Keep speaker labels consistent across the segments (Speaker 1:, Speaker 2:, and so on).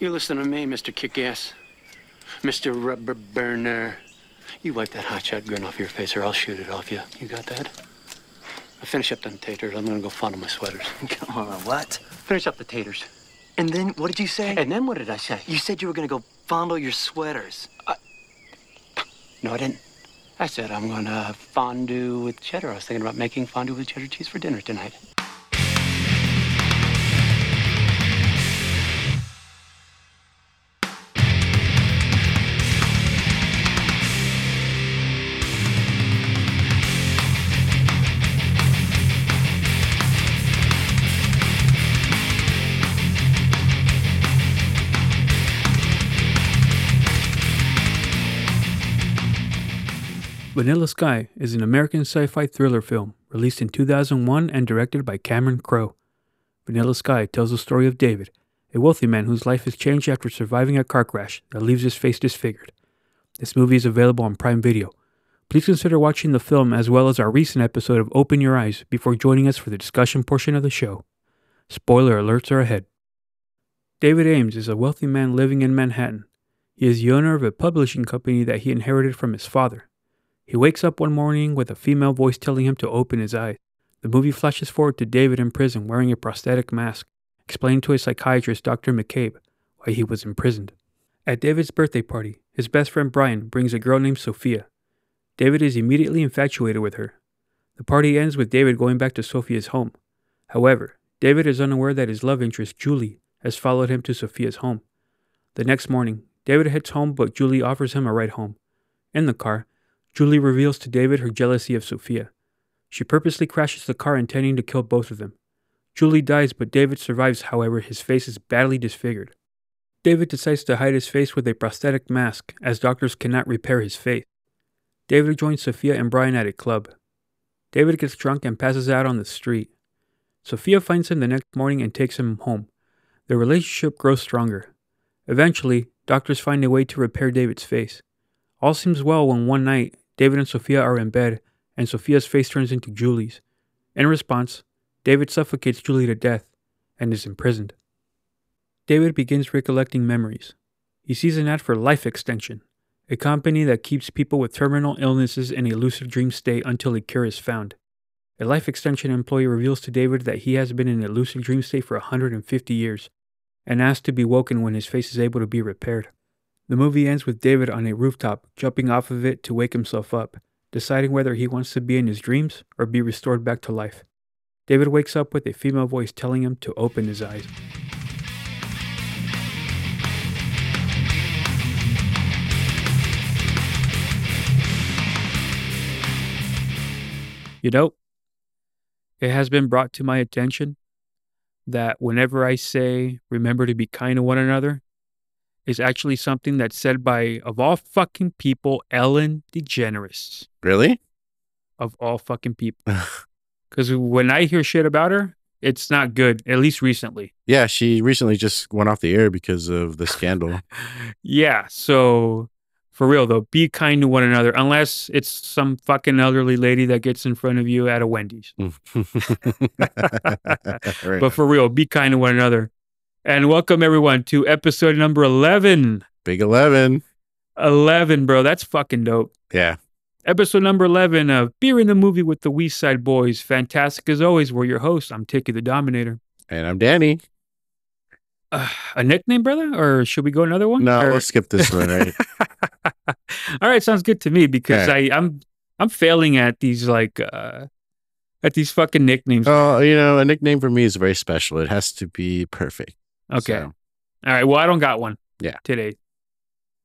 Speaker 1: You listen to me, Mr. Kickass. Mr. Rubber Burner. You wipe that hotshot grin off your face or I'll shoot it off you. You got that? Now finish up them taters. I'm gonna go fondle my sweaters.
Speaker 2: Come on, Uh, what?
Speaker 1: Finish up the taters.
Speaker 2: And then what did you say?
Speaker 1: And then what did I say?
Speaker 2: you said you were gonna go fondle your sweaters.
Speaker 1: No, I didn't. I said I'm gonna fondue with cheddar. I was thinking about making fondue with cheddar cheese for dinner tonight.
Speaker 3: Vanilla Sky is an American sci fi thriller film released in 2001 and directed by Cameron Crowe. Vanilla Sky tells the story of David, a wealthy man whose life is changed after surviving a car crash that leaves his face disfigured. This movie is available on Prime Video. Please consider watching the film as well as our recent episode of Open Your Eyes before joining us for the discussion portion of the show. Spoiler alerts are ahead. David Ames is a wealthy man living in Manhattan. He is the owner of a publishing company that he inherited from his father. He wakes up one morning with a female voice telling him to open his eyes. The movie flashes forward to David in prison wearing a prosthetic mask, explaining to a psychiatrist, Dr. McCabe, why he was imprisoned. At David's birthday party, his best friend Brian brings a girl named Sophia. David is immediately infatuated with her. The party ends with David going back to Sophia's home. However, David is unaware that his love interest, Julie, has followed him to Sophia's home. The next morning, David heads home, but Julie offers him a ride home. In the car, Julie reveals to David her jealousy of Sophia. She purposely crashes the car intending to kill both of them. Julie dies, but David survives, however, his face is badly disfigured. David decides to hide his face with a prosthetic mask, as doctors cannot repair his face. David joins Sophia and Brian at a club. David gets drunk and passes out on the street. Sophia finds him the next morning and takes him home. Their relationship grows stronger. Eventually, doctors find a way to repair David's face. All seems well when one night, David and Sophia are in bed, and Sophia's face turns into Julie's. In response, David suffocates Julie to death and is imprisoned. David begins recollecting memories. He sees an ad for Life Extension, a company that keeps people with terminal illnesses in a lucid dream state until a cure is found. A Life Extension employee reveals to David that he has been in a lucid dream state for 150 years and asks to be woken when his face is able to be repaired. The movie ends with David on a rooftop, jumping off of it to wake himself up, deciding whether he wants to be in his dreams or be restored back to life. David wakes up with a female voice telling him to open his eyes. You know, it has been brought to my attention that whenever I say, remember to be kind to one another, is actually something that's said by, of all fucking people, Ellen DeGeneres.
Speaker 4: Really?
Speaker 3: Of all fucking people. Because when I hear shit about her, it's not good, at least recently.
Speaker 4: Yeah, she recently just went off the air because of the scandal.
Speaker 3: Yeah. So for real, though, be kind to one another, unless it's some fucking elderly lady that gets in front of you at a Wendy's.
Speaker 4: Right.
Speaker 3: But for real, be kind to one another. And welcome everyone to episode number 11.
Speaker 4: Big 11.
Speaker 3: 11, bro. That's fucking dope.
Speaker 4: Yeah.
Speaker 3: Episode number 11 of Beer in the Movie with the West Side Boys. Fantastic as always. We're your hosts. I'm Tiki the Dominator.
Speaker 4: And I'm Danny.
Speaker 3: Uh, a nickname, brother? Or should we go another one?
Speaker 4: No,
Speaker 3: Or-
Speaker 4: let's skip this one, right?
Speaker 3: All right, sounds good to me because I, I'm I'm failing at these like uh at these fucking nicknames.
Speaker 4: oh, you know, a nickname for me is very special. It has to be perfect.
Speaker 3: okay.
Speaker 4: So,
Speaker 3: All right. Well, I don't got one.
Speaker 4: Yeah.
Speaker 3: Today.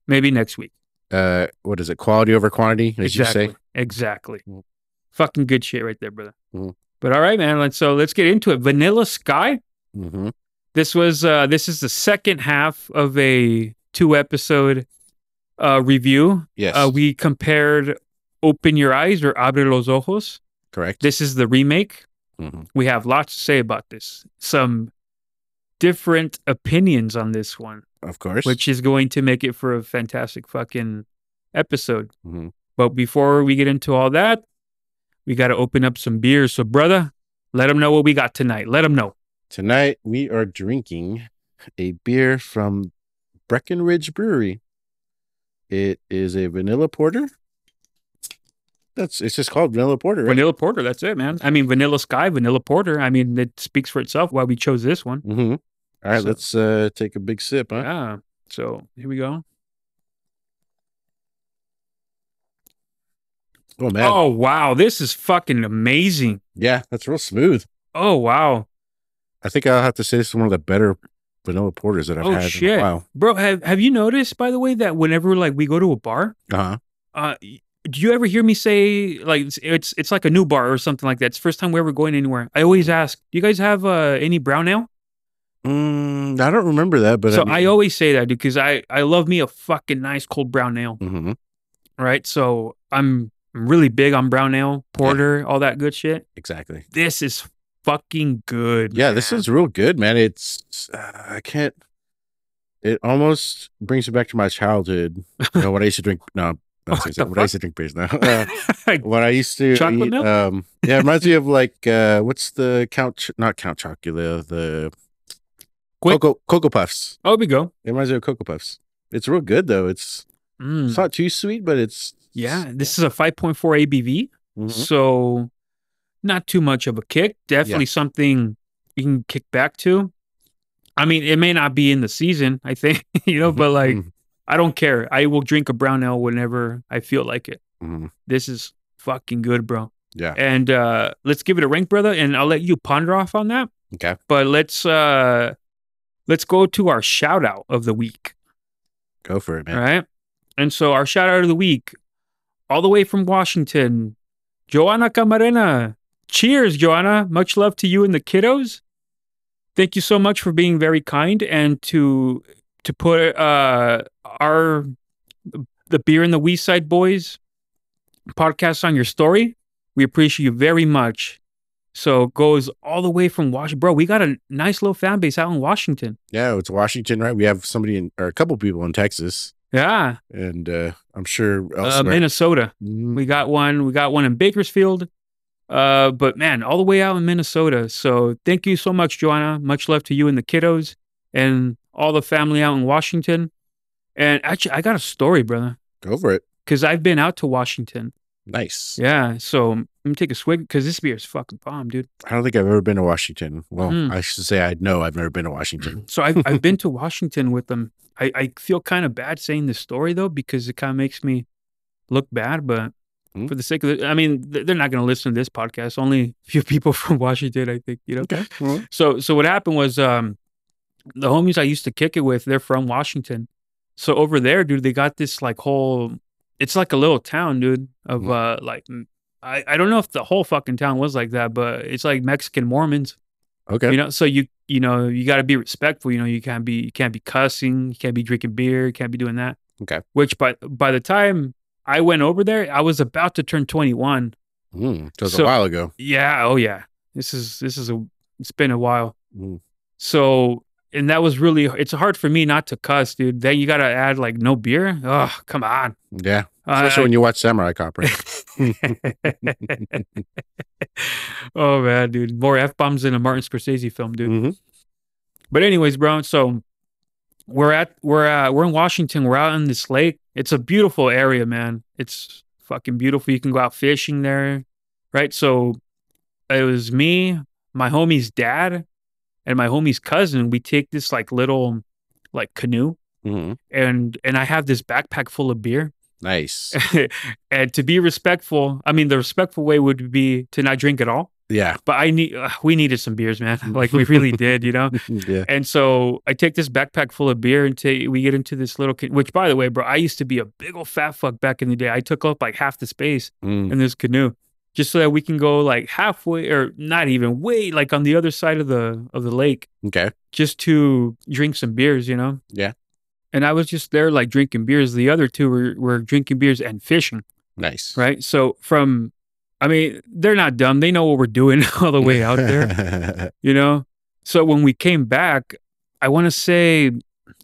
Speaker 3: Maybe next week.
Speaker 4: uh, what is it? Quality over quantity, as
Speaker 3: exactly.
Speaker 4: you say?
Speaker 3: Exactly.
Speaker 4: Mm.
Speaker 3: Fucking good shit right there, brother.
Speaker 4: Mm.
Speaker 3: But all right, man. Let's so let's get into it. Vanilla Sky.
Speaker 4: Mm-hmm.
Speaker 3: this was uh this is the second half of a two episode uh review
Speaker 4: Yes.
Speaker 3: uh we compared open your eyes or abre los ojos
Speaker 4: correct.
Speaker 3: this is the remake
Speaker 4: hmm
Speaker 3: we have lots to say about this some different opinions on this one
Speaker 4: Of course.
Speaker 3: which is going to make it for a fantastic fucking episode
Speaker 4: Mhm.
Speaker 3: but before we get into all that we got to open up some beers so brother let them know what we got tonight let them know
Speaker 4: Tonight we are drinking a beer from Breckenridge Brewery. It is a vanilla porter. That's it's just called vanilla porter. Right?
Speaker 3: Vanilla Porter, that's it, man. I mean, Vanilla Sky, Vanilla Porter. I mean, it speaks for itself why we chose this one.
Speaker 4: Mm-hmm. All right,
Speaker 3: So-
Speaker 4: let's uh, take a big sip, huh?
Speaker 3: Yeah. So here we go.
Speaker 4: Oh man,
Speaker 3: Oh, wow. This is fucking amazing.
Speaker 4: yeah, that's real smooth.
Speaker 3: Oh, wow.
Speaker 4: I think I'll have to say this is one of the better vanilla porters that I've
Speaker 3: Oh,
Speaker 4: had.
Speaker 3: shit.
Speaker 4: In a while.
Speaker 3: Bro, have, have you noticed, by the way, that whenever like we go to a bar,
Speaker 4: Uh-huh.
Speaker 3: uh, y- do you ever hear me say like it's, it's it's like a new bar or something like that? It's the first time we're ever going anywhere. I always ask, do you guys have uh, any brown ale?
Speaker 4: Mm, I don't remember that, but
Speaker 3: so I,
Speaker 4: mean-
Speaker 3: always say that because I I love me a fucking nice cold brown ale,
Speaker 4: Mhm.
Speaker 3: right? So I'm I'm really big on brown ale, porter, all that good shit.
Speaker 4: exactly.
Speaker 3: This is fucking good.
Speaker 4: Yeah, this
Speaker 3: man.
Speaker 4: is real good, man. It's uh, I can't. It almost brings me back to my childhood. You know, when I used to drink. No,
Speaker 3: What
Speaker 4: that's what
Speaker 3: the
Speaker 4: when I used to drink beers. Now, uh, when I used to
Speaker 3: Chocolate
Speaker 4: eat,
Speaker 3: milk?
Speaker 4: um, yeah, it reminds me of like uh, what's the count? Ch- not Count Chocula. The
Speaker 3: Quick.
Speaker 4: cocoa cocoa puffs.
Speaker 3: oh, we go.
Speaker 4: It reminds me of cocoa puffs. It's real good though. It's
Speaker 3: Mm.
Speaker 4: it's not too sweet, but it's
Speaker 3: Yeah, this is a 5.4 ABV.
Speaker 4: Mhm.
Speaker 3: So not too much of a kick. Definitely something you can kick back to. I mean, it may not be in the season, I think, you know, but like
Speaker 4: Mhm.
Speaker 3: I don't care. I will drink a brown ale whenever I feel like it.
Speaker 4: Mhm.
Speaker 3: This is fucking good, bro.
Speaker 4: yeah.
Speaker 3: And uh let's give it a rank, brother, and I'll let you ponder off on that.
Speaker 4: Okay.
Speaker 3: But let's uh let's go to our shout out of the week.
Speaker 4: Go for it, man.
Speaker 3: All right. And so our shout out of the week, all the way from Washington, Joanna Camarena. Cheers, Joanna. Much love to you and the kiddos. Thank you so much for being very kind and to to put uh our the beer and the Wee Side Boys podcast on your story. We appreciate you very much. So goes all the way from Washington. Bro, we got a nice little fan base out in Washington.
Speaker 4: Yeah, it's Washington, right? We have somebody in, or a couple people in Texas,
Speaker 3: Yeah.
Speaker 4: and uh, I'm sure
Speaker 3: Uh,
Speaker 4: elsewhere.
Speaker 3: Minnesota.
Speaker 4: Mm,
Speaker 3: We got one. We got one in Bakersfield. Uh, but man, all the way out in Minnesota. So thank you so much, Joanna. Much love to you and the kiddos and all the family out in Washington. And actually, I got a story, brother,
Speaker 4: Go for it.
Speaker 3: because I've been out to Washington.
Speaker 4: Nice.
Speaker 3: Yeah. So let me take a swig because this beer is fucking bomb, dude.
Speaker 4: I don't think I've ever been to Washington. Well,
Speaker 3: Mm.
Speaker 4: I should say I know I've never been to Washington.
Speaker 3: So I've, I've been to Washington with them. I, I feel kind of bad saying this story though, because it kind of makes me look bad. But
Speaker 4: Hmm.
Speaker 3: for the sake of it, I mean, th- they're not going to listen to this podcast. Only a few people from Washington, I think, you know?
Speaker 4: okay.
Speaker 3: So, so what happened was, um, the homies I used to kick it with, they're from Washington. So over there, dude, they got this like whole, it's like a little town, dude, of,
Speaker 4: Hmm.
Speaker 3: uh, like, m- I, I don't know if the whole fucking town was like that, but it's like Mexican Mormons
Speaker 4: Okay.
Speaker 3: Mm-hmm. you know so you you know you got to be respectful you know you can't be you can't be cussing you can't be drinking beer you can't be doing that
Speaker 4: Okay.
Speaker 3: which by by the time i went over there i was about to turn 21
Speaker 4: Mm, that was
Speaker 3: So-
Speaker 4: a while ago.
Speaker 3: yeah oh yeah this is this is a it's been a while
Speaker 4: Mm.
Speaker 3: so and that was really it's hard for me not to cuss dude then you gotta add like no beer oh come on
Speaker 4: Yeah.
Speaker 3: I-
Speaker 4: Especially when you watch Samurai Cop, right? Mm-hmm.
Speaker 3: oh man dude more f-bombs than a martin scorsese film dude
Speaker 4: Mhm.
Speaker 3: But anyways, bro, so we're at we're uh we're in Washington. We're out on this lake. It's a beautiful area, man. It's fucking beautiful. You can go out fishing there, right? So it was me, my homie's dad, and my homie's cousin. We take this like little like canoe
Speaker 4: Mhm.
Speaker 3: and and I have this backpack full of beer.
Speaker 4: Nice.
Speaker 3: and to be respectful, I mean the respectful way would be to not drink at all.
Speaker 4: Yeah.
Speaker 3: But I need uh, we needed some beers, man. Like we really did, you know.
Speaker 4: Yeah.
Speaker 3: And so I take this backpack full of beer and ta- we get into this little, ca- which by the way, bro, I used to be a big old fat fuck back in the day. I took up like half the space
Speaker 4: Mm.
Speaker 3: in this canoe just so that we can go like halfway or not even way, like on the other side of the, of the lake
Speaker 4: Okay.
Speaker 3: just to drink some beers, you know?
Speaker 4: Yeah.
Speaker 3: And I was just there like drinking beers. The other two were, were drinking beers and fishing,
Speaker 4: Nice.
Speaker 3: right? So from, I mean, they're not dumb. They know what we're doing all the way out there
Speaker 4: there.
Speaker 3: you know so when we came back i want to say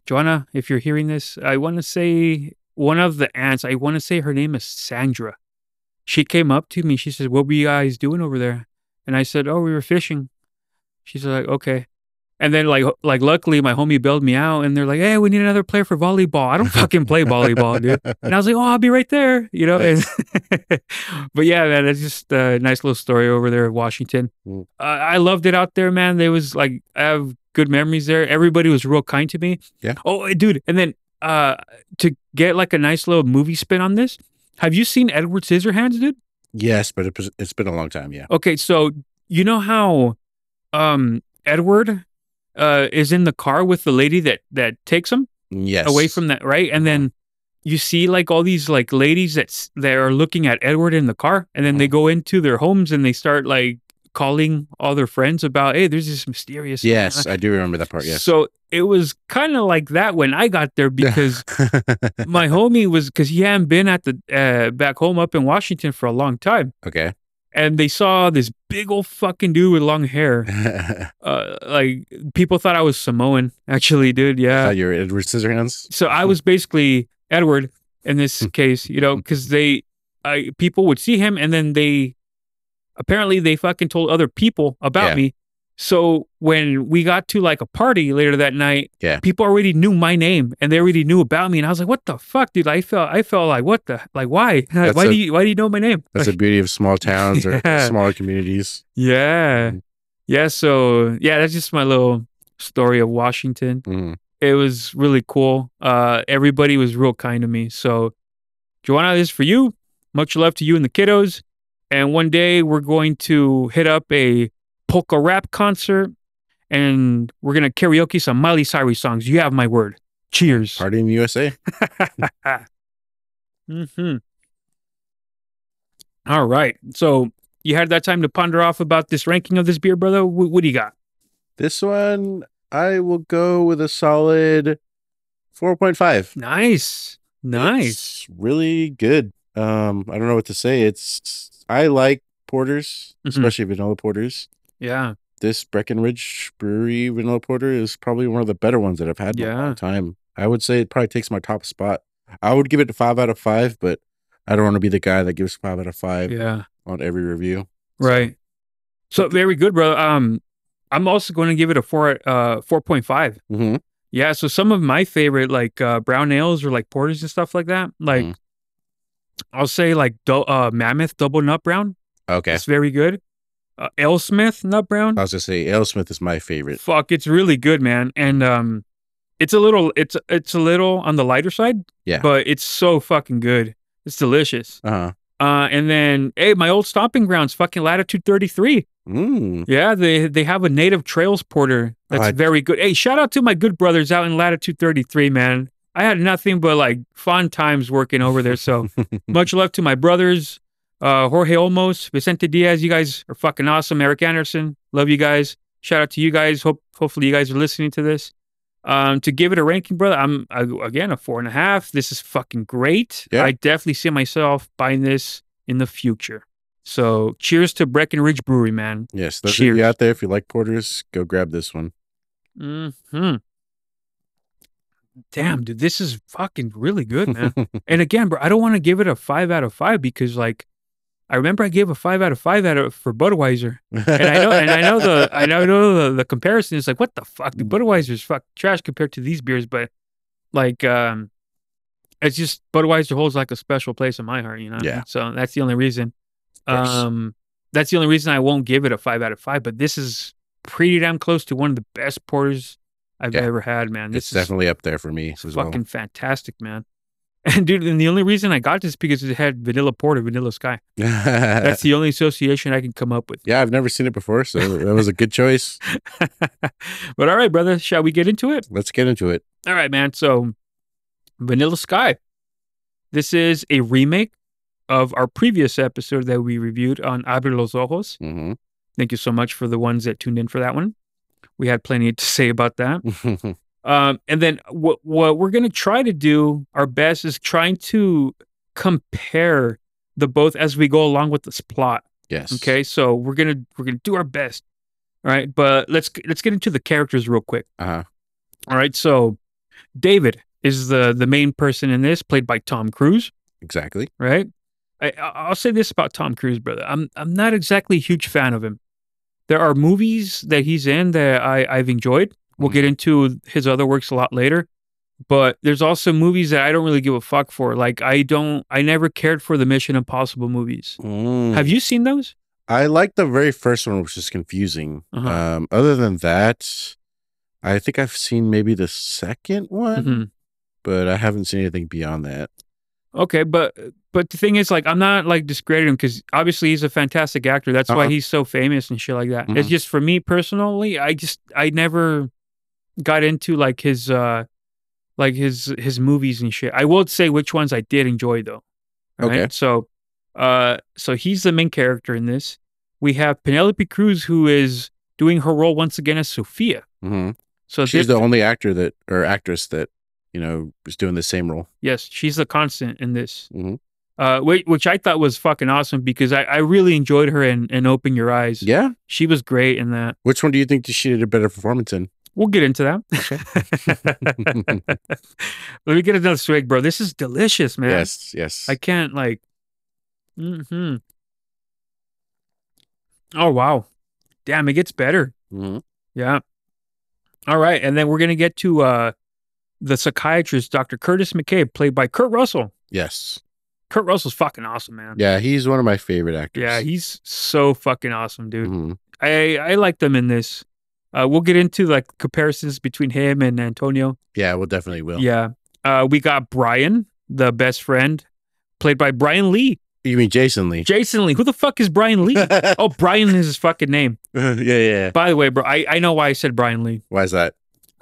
Speaker 3: joanna if you're hearing this i want to say one of the aunts i want to say her name is sandra she came up to me she said what were you guys doing over there and i said oh we were fishing she's like okay And then like like luckily my homie bailed me out and they're like, Hey, we need another player for volleyball. I don't fucking play volleyball, dude. And I was like, Oh, I'll be right there. You know? And but yeah, man, it's just a nice little story over there in Washington. Uh,
Speaker 4: Mm.
Speaker 3: I loved it out there, man. There was like I have good memories there. Everybody was real kind to me.
Speaker 4: Yeah.
Speaker 3: Oh dude, and then uh to get like a nice little movie spin on this, have you seen Edward Scissorhands, dude?
Speaker 4: Yes, but it, was- it's been a long time. Yeah.
Speaker 3: Okay, so you know how um Edward uh is in the car with the lady that that takes him
Speaker 4: Yes.
Speaker 3: away from that, right? And then you see like all these like ladies that's that are looking at Edward in the car and then they
Speaker 4: Mm-hmm.
Speaker 3: go into their homes and they start like calling all their friends about, "Hey, there's this mysterious
Speaker 4: Yes, I do remember that part. Yes.
Speaker 3: So it was kind of like that when I got there because my homie was because he hadn't been at the uh, back home up in Washington for a long time,
Speaker 4: okay.
Speaker 3: and they saw this big old fucking dude with long hair.
Speaker 4: I
Speaker 3: Uh, like people thought I was Samoan, actually, dude. Yeah.
Speaker 4: thought you were Edward Scissorhands.
Speaker 3: So I was basically Edward in
Speaker 4: Hmm.
Speaker 3: this case, you know, because they, I people would see him, and then they, apparently, they fucking told other people about
Speaker 4: Yeah.
Speaker 3: me. So when we got to like a party later that night,
Speaker 4: Yeah.
Speaker 3: people already knew my name and they already knew about me, and I was like, "What the fuck, dude?" I felt, I felt like, "What the, like, why,
Speaker 4: That's
Speaker 3: why
Speaker 4: a-
Speaker 3: do you, why do you know my name?"
Speaker 4: That's the beauty of small towns or
Speaker 3: Yeah.
Speaker 4: smaller communities.
Speaker 3: Yeah.
Speaker 4: Mhm.
Speaker 3: Yeah. So, yeah, that's just my little story of Washington.
Speaker 4: Mm.
Speaker 3: It was really cool. Uh, everybody was real kind to me. So, Joanna, this is for you. Much love to you and the kiddos. And one day we're going to hit up a polka rap concert and we're going to karaoke some Miley Cyrus songs. You have my word. Cheers.
Speaker 4: Party in the USA.
Speaker 3: hmm All right. So you had that time to ponder off about this ranking of this beer, brother. Wh- what do you got?
Speaker 4: This one, I will go with a solid 4.5.
Speaker 3: Nice. Nice.
Speaker 4: It's really good. Um, I don't know what to say. It's I like porters,
Speaker 3: Mhm.
Speaker 4: especially vanilla porters.
Speaker 3: Yeah.
Speaker 4: This Breckenridge Brewery vanilla porter is probably one of the better ones that I've had in a
Speaker 3: Yeah.
Speaker 4: long time. I would say it probably takes my top spot. I would give it a five out of five, but I don't want to be the guy that gives five out of five
Speaker 3: Yeah.
Speaker 4: on every review.
Speaker 3: Right. So very good, brother. Um, I'm also going to give it a four, uh, four point five.
Speaker 4: Mm-hmm.
Speaker 3: Yeah. So some of my favorite, like uh, brown ales or like porters and stuff like that. Like,
Speaker 4: Mm.
Speaker 3: I'll say like do- uh, Mammoth Double Nut Brown.
Speaker 4: Okay.
Speaker 3: It's very good. Uh, Alesmith Nut Brown.
Speaker 4: I was gonna say Alesmith is my favorite.
Speaker 3: Fuck, it's really good, man. And um it's a little it's it's a little on the lighter side.
Speaker 4: Yeah.
Speaker 3: But it's so fucking good. It's delicious.
Speaker 4: Uh huh.
Speaker 3: Uh and then hey, my old stomping grounds, fucking latitude 33.
Speaker 4: Mm.
Speaker 3: Yeah, they they have a native trails porter that's
Speaker 4: I-
Speaker 3: very good. Hey, shout out to my good brothers out in latitude 33, man. I had nothing but like fun times working over there. So much love to my brothers, uh, Jorge Olmos, Vicente Diaz. You guys are fucking awesome. Eric Anderson, love you guys. Shout out to you guys. Hope hopefully you guys are listening to this. Um, to give it a ranking, brother, I'm uh, again a four and a half. This is fucking great.
Speaker 4: Yeah.
Speaker 3: I definitely see myself buying this in the future. So cheers to Breckenridge Brewery, man.
Speaker 4: Yes, those of
Speaker 3: Cheers.
Speaker 4: you out there, if you like porters, go grab this one.
Speaker 3: Hmm. Damn, dude, this is fucking really good, man. And again, bro, I don't want to give it a five out of five because, like, I remember I gave a five out of five out of for Budweiser, and I know, and I know the, I know, know the, the comparison is like, what the fuck,
Speaker 4: Mm.
Speaker 3: dude, Budweiser's fuck trash compared to these beers, but like, um, it's just Budweiser holds like a special place in my heart, you know.
Speaker 4: Yeah.
Speaker 3: So that's the only reason.
Speaker 4: Of course.
Speaker 3: Um, that's the only reason I won't give it a five out of five. But this is pretty damn close to one of the best porters I've
Speaker 4: Yeah.
Speaker 3: ever had, man. This
Speaker 4: it's
Speaker 3: is
Speaker 4: definitely up there for me
Speaker 3: it's
Speaker 4: as well.
Speaker 3: fucking fantastic, man. And dude, and the only reason I got this because it had vanilla porter, vanilla sky. That's the only association I can come up with.
Speaker 4: yeah, I've never seen it before, so that was a good choice.
Speaker 3: but all right, brother, shall we get into it?
Speaker 4: Let's get into it.
Speaker 3: All right, man. So, Vanilla Sky. This is a remake of our previous episode that we reviewed on Abre los Ojos.
Speaker 4: hmm
Speaker 3: Thank you so much for the ones that tuned in for that one. We had plenty to say about that.
Speaker 4: Mm-hmm.
Speaker 3: Um, and then what what we're gonna try to do our best is trying to compare the both as we go along with this plot.
Speaker 4: yes.
Speaker 3: Okay, so we're gonna we're gonna do our best. All right, but let's let's get into the characters real quick.
Speaker 4: Uh-huh.
Speaker 3: All right, so David is the the main person in this, played by Tom Cruise.
Speaker 4: Exactly.
Speaker 3: Right, I, I- I'll say this about Tom Cruise, brother. I'm I'm not exactly a huge fan of him. There are movies that he's in that I, I've enjoyed. We'll get into his other works a lot later. But there's also movies that I don't really give a fuck for. Like I don't I never cared for the Mission Impossible movies.
Speaker 4: Mm.
Speaker 3: Have you seen those?
Speaker 4: I like the very first one, which is confusing.
Speaker 3: Uh-huh.
Speaker 4: Um, other than that, I think I've seen maybe the second one,
Speaker 3: Mhm.
Speaker 4: but I haven't seen anything beyond that.
Speaker 3: Okay, but but the thing is like I'm not like discrediting him cuz obviously he's a fantastic actor. That's why
Speaker 4: Uh-uh.
Speaker 3: he's so famous and shit like that. It's
Speaker 4: Mhm.
Speaker 3: just for me personally, I just I never got into like his uh like his his movies and shit. I will say which ones I did enjoy though. All
Speaker 4: Okay.
Speaker 3: right? So uh so he's the main character in this. We have Penelope Cruz who is doing her role once again as Sophia.
Speaker 4: Mm-hmm.
Speaker 3: So
Speaker 4: She's
Speaker 3: thi-
Speaker 4: the only actor that or actress that you know is doing the same role.
Speaker 3: Yes, she's the constant in this,
Speaker 4: Mhm.
Speaker 3: uh, which, which I thought was fucking awesome because I, I really enjoyed her in, in Open Your Eyes.
Speaker 4: Yeah.
Speaker 3: She was great in that.
Speaker 4: Which one do you think that she did a better performance in?
Speaker 3: We'll get into that. Let me get another swig, bro. This is delicious, man.
Speaker 4: Yes. Yes.
Speaker 3: I can't, like. hmm Oh, wow. Damn, it gets better.
Speaker 4: Mhm.
Speaker 3: Yeah. All right. And then we're going to get to uh, the psychiatrist, Dr. Curtis McCabe, played by Kurt Russell.
Speaker 4: Yes.
Speaker 3: Kurt Russell's fucking awesome, man.
Speaker 4: Yeah. He's one of my favorite actors.
Speaker 3: Yeah, he's so fucking awesome, dude.
Speaker 4: Mhm.
Speaker 3: I I like them in this. Uh, we'll get into like comparisons between him and Antonio.
Speaker 4: Yeah. Well, definitely will.
Speaker 3: Yeah. Uh, we got Brian, the best friend, played by Brian Lee.
Speaker 4: You mean Jason Lee?
Speaker 3: Jason Lee. Who the fuck is Brian Lee?
Speaker 4: yeah.
Speaker 3: oh, Brian is his fucking name.
Speaker 4: Yeah.
Speaker 3: By the way, bro, I, I know why I said Brian Lee
Speaker 4: Why is that?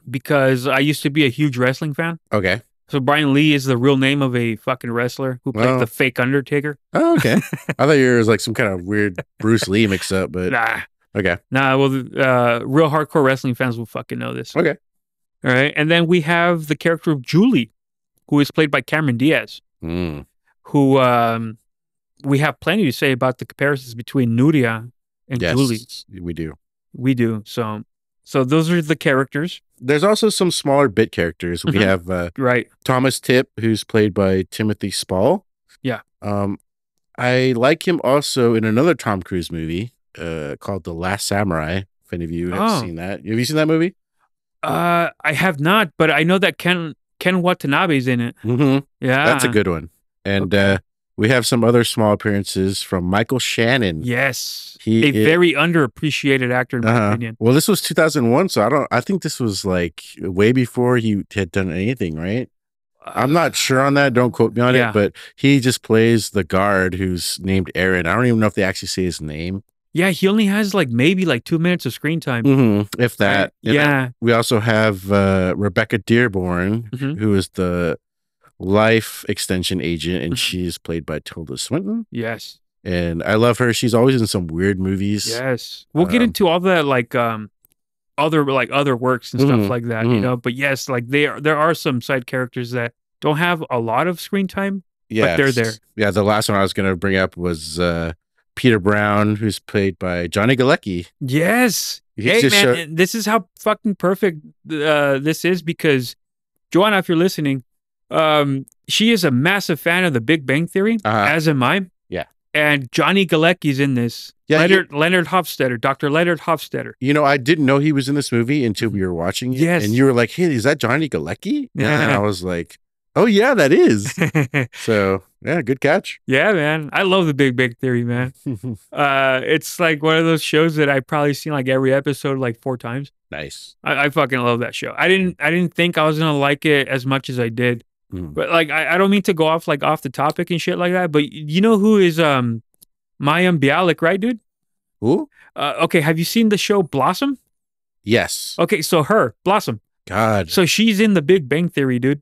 Speaker 3: because I used to be a huge wrestling fan.
Speaker 4: Okay.
Speaker 3: So Brian Lee is the real name of a fucking wrestler who played
Speaker 4: Wow.
Speaker 3: the fake Undertaker.
Speaker 4: Oh, okay. I thought you were like some kind of weird Bruce Lee mix up, but
Speaker 3: Nah.
Speaker 4: okay.
Speaker 3: Nah, well, uh, real hardcore wrestling fans will fucking know this.
Speaker 4: Okay.
Speaker 3: All right. And then we have the character of Julie, who is played by Cameron Diaz,
Speaker 4: Mm.
Speaker 3: who um, we have plenty to say about the comparisons between Nuria and
Speaker 4: Yes,
Speaker 3: Julie.
Speaker 4: we do.
Speaker 3: We do. So, so those are the characters,
Speaker 4: There's also some smaller bit characters. We
Speaker 3: Mhm.
Speaker 4: have uh,
Speaker 3: right?
Speaker 4: Thomas Tip, who's played by Timothy Spall.
Speaker 3: Yeah.
Speaker 4: Um, I like him also in another Tom Cruise movie uh, called The Last Samurai. If any of you have
Speaker 3: Oh.
Speaker 4: seen that, have you seen that movie?
Speaker 3: Uh, I have not, but I know that Ken Ken Watanabe's in it.
Speaker 4: Mm-hmm.
Speaker 3: Yeah,
Speaker 4: That's a good one. And uh, we have some other small appearances from Michael Shannon.
Speaker 3: Yes,
Speaker 4: He
Speaker 3: a
Speaker 4: is-
Speaker 3: very underappreciated actor in my
Speaker 4: Uh-huh.
Speaker 3: opinion.
Speaker 4: Well, this was 2001, so I don't. I think this was like way before he had done anything, right? I'm not sure on that. Don't quote me on
Speaker 3: Uh, Yeah.
Speaker 4: it. But he just plays the guard who's named Aaron. I don't even know if they actually say his name,
Speaker 3: Yeah, he only has like maybe like two minutes of screen time.
Speaker 4: mm-hmm. if that. And
Speaker 3: yeah,
Speaker 4: we also have uh, Rebecca Dearborn,
Speaker 3: Mhm.
Speaker 4: who is the life extension agent, and
Speaker 3: Mhm.
Speaker 4: she's played by Tilda Swinton.
Speaker 3: yes,
Speaker 4: And I love her. She's always in some weird movies.
Speaker 3: yes. We'll get
Speaker 4: Um,
Speaker 3: into all the like um other like other works and
Speaker 4: Mhm,
Speaker 3: stuff like that, you
Speaker 4: mhm.
Speaker 3: know. But yes, like they are there are some side characters that don't have a lot of screen time.
Speaker 4: Yeah,
Speaker 3: But they're there.
Speaker 4: Yeah, the last one I was gonna bring up was uh, Peter Brown, who's played by Johnny Galecki.
Speaker 3: Yes,
Speaker 4: He
Speaker 3: hey man,
Speaker 4: just show-
Speaker 3: and this is how fucking perfect uh, this is because Joanna, if you're listening, um, she is a massive fan of The Big Bang Theory,
Speaker 4: Uh-huh.
Speaker 3: as am I.
Speaker 4: Yeah.
Speaker 3: And Johnny Galecki's in this.
Speaker 4: Yeah, he-
Speaker 3: Leonard Leonard Hofstadter, Doctor Leonard Hofstadter.
Speaker 4: you know, I didn't know he was in this movie until we were watching it.
Speaker 3: Mm-hmm. Yes.
Speaker 4: and you were like, "Hey, is that Johnny Galecki?" and
Speaker 3: Yeah.
Speaker 4: I was like, "Oh yeah, that is." so yeah, good catch.
Speaker 3: yeah, man. I love the Big Bang Theory, man. Uh, it's like one of those shows that I've probably seen like every episode like four times.
Speaker 4: nice.
Speaker 3: I, I fucking love that show. I didn't I didn't think I was gonna like it as much as I did.
Speaker 4: Mm.
Speaker 3: But like I, I don't mean to go off like off the topic and shit like that, but y- you know who is um Mayim Bialik, right, dude?
Speaker 4: Ooh,
Speaker 3: Uh, okay, have you seen the show Blossom?
Speaker 4: yes.
Speaker 3: Okay, so her, Blossom.
Speaker 4: God,
Speaker 3: Oh, So she's in the Big Bang Theory, dude.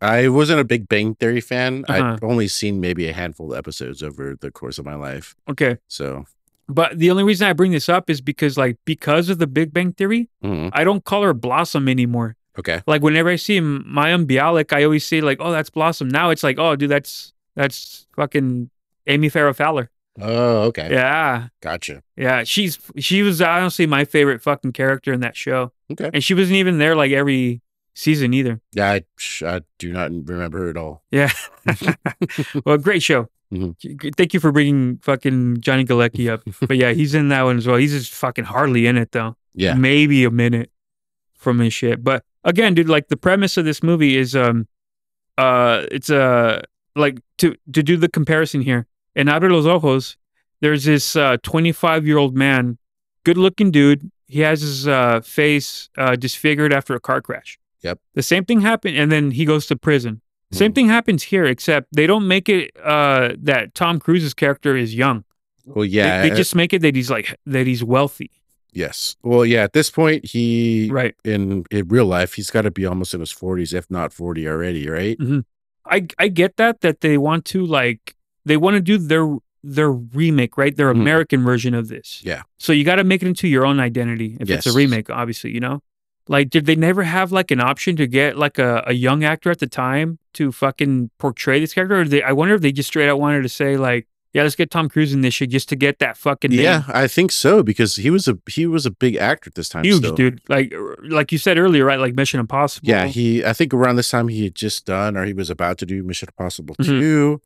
Speaker 4: I wasn't a Big Bang Theory fan.
Speaker 3: Uh-huh.
Speaker 4: I'd only seen maybe a handful of episodes over the course of my life.
Speaker 3: Okay.
Speaker 4: So
Speaker 3: But the only reason I bring this up is because like because of the Big Bang Theory,
Speaker 4: mm,
Speaker 3: I don't call her Blossom anymore.
Speaker 4: okay,
Speaker 3: Like whenever I see M- Mayim Bialik, I always say like, "Oh, that's Blossom." Now it's like, "Oh, dude, that's that's fucking Amy Farrah Fowler."
Speaker 4: oh okay,
Speaker 3: Yeah,
Speaker 4: gotcha.
Speaker 3: yeah. She's she was honestly my favorite fucking character in that show,
Speaker 4: Okay,
Speaker 3: and she wasn't even there like every season either.
Speaker 4: yeah, I, I do not remember her at all.
Speaker 3: Yeah. well, great show.
Speaker 4: Mhm.
Speaker 3: G- g- Thank you for bringing fucking Johnny Galecki up. but yeah, he's in that one as well. He's just fucking hardly in it though.
Speaker 4: Yeah.
Speaker 3: Maybe a minute from his shit. But again, dude, like the premise of this movie is um uh it's uh like to to do the comparison here. In Abre los Ojos, there's this uh 25 year old man, good looking dude. He has his uh face uh disfigured after a car crash.
Speaker 4: Yep.
Speaker 3: The same thing happened and then he goes to prison. Same
Speaker 4: Mhm.
Speaker 3: thing happens here, except they don't make it uh, that Tom Cruise's character is young.
Speaker 4: Well,
Speaker 3: They-
Speaker 4: yeah.
Speaker 3: they,
Speaker 4: uh,
Speaker 3: just make it that he's like that he's wealthy,
Speaker 4: yes. Well, yeah. At this point, he
Speaker 3: right?
Speaker 4: in in real life, he's got to be almost in his forties, if not forty already, right?
Speaker 3: I I get that that they want to like they want to do their their remake, right? Their
Speaker 4: Mhm.
Speaker 3: American version of this.
Speaker 4: Yeah.
Speaker 3: So you got to make it into your own identity if it's
Speaker 4: Yes.
Speaker 3: a remake, obviously. You know, like did they never have like an option to get like a, a young actor at the time to fucking portray this character? Or they, I wonder if they just straight out wanted to say like, yeah, let's get Tom Cruise in this shit just to get that fucking name.
Speaker 4: Yeah, I think so because he was a he was a big actor at this time.
Speaker 3: huge
Speaker 4: still.
Speaker 3: dude like er, like you said earlier right like mission impossible
Speaker 4: Yeah, he. I think around this time he had just done or he was about to do Mission Impossible
Speaker 3: Mhm.
Speaker 4: two.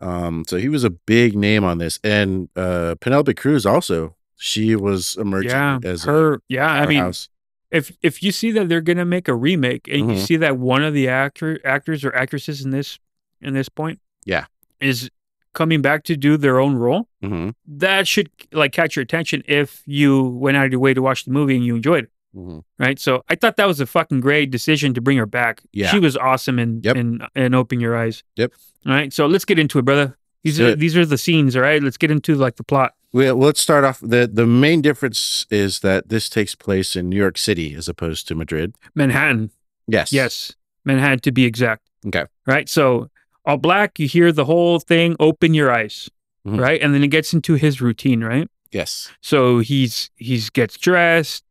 Speaker 4: Um, so he was a big name on this, and uh Penelope Cruz also. She was emerging
Speaker 3: yeah
Speaker 4: as a
Speaker 3: her yeah i mean
Speaker 4: powerhouse.
Speaker 3: if if you see that they're gonna make a remake and you
Speaker 4: Mhm.
Speaker 3: see that one of the actor actors or actresses in this in this point
Speaker 4: Yeah.
Speaker 3: is coming back to do their own role
Speaker 4: Mhm,
Speaker 3: that should like catch your attention if you went out of your way to watch the movie and you enjoyed it
Speaker 4: mhm.
Speaker 3: right so i thought that was a fucking great decision to bring her back
Speaker 4: Yeah.
Speaker 3: she was awesome and
Speaker 4: Yep.
Speaker 3: and and open your eyes
Speaker 4: Yep.
Speaker 3: all right so let's get into it brother these
Speaker 4: Let's do
Speaker 3: are
Speaker 4: it.
Speaker 3: these are the scenes all right let's get into like the plot
Speaker 4: Well, let's start off. the The main difference is that this takes place in New York City as opposed to Madrid.
Speaker 3: manhattan
Speaker 4: Yes.
Speaker 3: Yes, Manhattan to be exact.
Speaker 4: Okay.
Speaker 3: Right. So all black, you hear the whole thing, open your eyes.
Speaker 4: Mhm.
Speaker 3: Right. And then it gets into his routine, right?
Speaker 4: Yes.
Speaker 3: So he's he's gets dressed,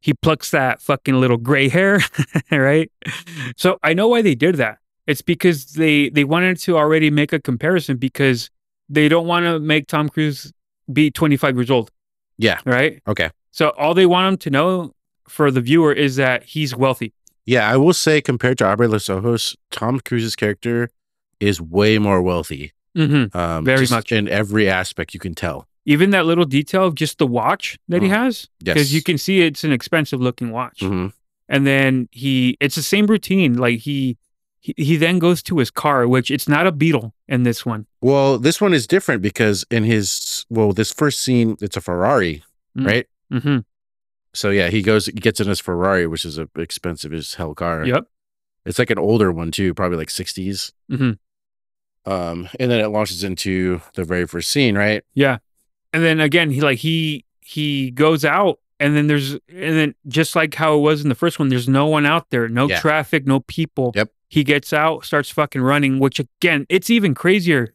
Speaker 3: he plucks that fucking little gray hair, right? So I know why they did that. It's because they they wanted to already make a comparison because they don't want to make Tom Cruise be 25 years old.
Speaker 4: Yeah.
Speaker 3: Right?
Speaker 4: Okay.
Speaker 3: So all they want him to know for the viewer is that he's wealthy.
Speaker 4: Yeah, I will say compared to Aubrey Los Ojos, Tom Cruise's character is way more wealthy.
Speaker 3: Mhm.
Speaker 4: Um,
Speaker 3: Very
Speaker 4: just
Speaker 3: much.
Speaker 4: in every aspect you can tell.
Speaker 3: even that little detail of just the watch that he
Speaker 4: Mhm.
Speaker 3: has
Speaker 4: Yes,
Speaker 3: because you can see it's an expensive looking watch
Speaker 4: Mhm.
Speaker 3: and then he it's the same routine like he, he he then goes to his car which it's not a beetle in this one
Speaker 4: Well, this one is different because in his well, this first scene, it's a Ferrari,
Speaker 3: Mm.
Speaker 4: right?
Speaker 3: hmm
Speaker 4: So yeah, he goes, he gets in his Ferrari, which is a expensive as hell car.
Speaker 3: yep
Speaker 4: It's like an older one too, probably like 60s.
Speaker 3: Mhm.
Speaker 4: Um, and then it launches into the very first scene, right?
Speaker 3: yeah and then again he like he he goes out and then there's and then just like how it was in the first one there's no one out there no
Speaker 4: Yeah.
Speaker 3: traffic no people
Speaker 4: Yep.
Speaker 3: he gets out starts fucking running which again it's even crazier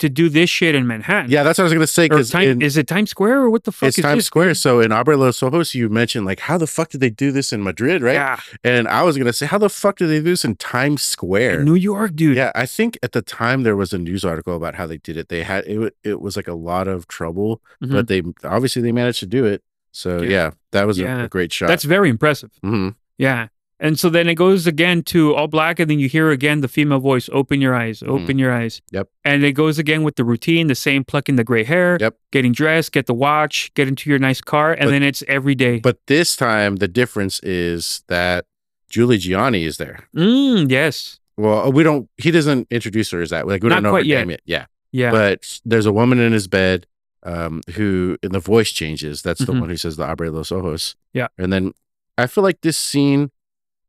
Speaker 3: to do this shit in manhattan
Speaker 4: Yeah, that's what I was gonna say.
Speaker 3: Or
Speaker 4: Because
Speaker 3: time, is it Times Square or what the fuck
Speaker 4: it's
Speaker 3: is
Speaker 4: Times
Speaker 3: this?
Speaker 4: Square. So in Aubrey Los Ojos, you mentioned like how the fuck did they do this in Madrid, right?
Speaker 3: Yeah,
Speaker 4: And I was gonna say, how the fuck did they do this in Times
Speaker 3: in
Speaker 4: Square?
Speaker 3: New York, dude.
Speaker 4: Yeah, I think at the time there was a news article about how they did it. They had it. wa- It was like a lot of trouble,
Speaker 3: Mhm.
Speaker 4: but they obviously they managed to do it. So
Speaker 3: Yeah.
Speaker 4: yeah, that was a- a,
Speaker 3: Yeah.
Speaker 4: great shot.
Speaker 3: That's very impressive.
Speaker 4: hmm
Speaker 3: Yeah. And so then it goes again to all black, and then you hear again the female voice, open your eyes, open your eyes.
Speaker 4: Mm. Yep.
Speaker 3: And it goes again with the routine, the same plucking the gray hair,
Speaker 4: Yep.
Speaker 3: getting dressed, get the watch, get into your nice car, and
Speaker 4: But-
Speaker 3: then it's every day.
Speaker 4: But this time the difference is that Julie Gianni is there.
Speaker 3: mm, yes.
Speaker 4: Well, we don't. He doesn't introduce her as that. Like we
Speaker 3: Not
Speaker 4: don't know
Speaker 3: quite
Speaker 4: her
Speaker 3: yet.
Speaker 4: name yet. Yeah.
Speaker 3: Yeah.
Speaker 4: but there's a woman in his bed um who and the voice changes that's the
Speaker 3: Mhm.
Speaker 4: one who says the abre los ojos
Speaker 3: Yeah.
Speaker 4: and then i feel like this scene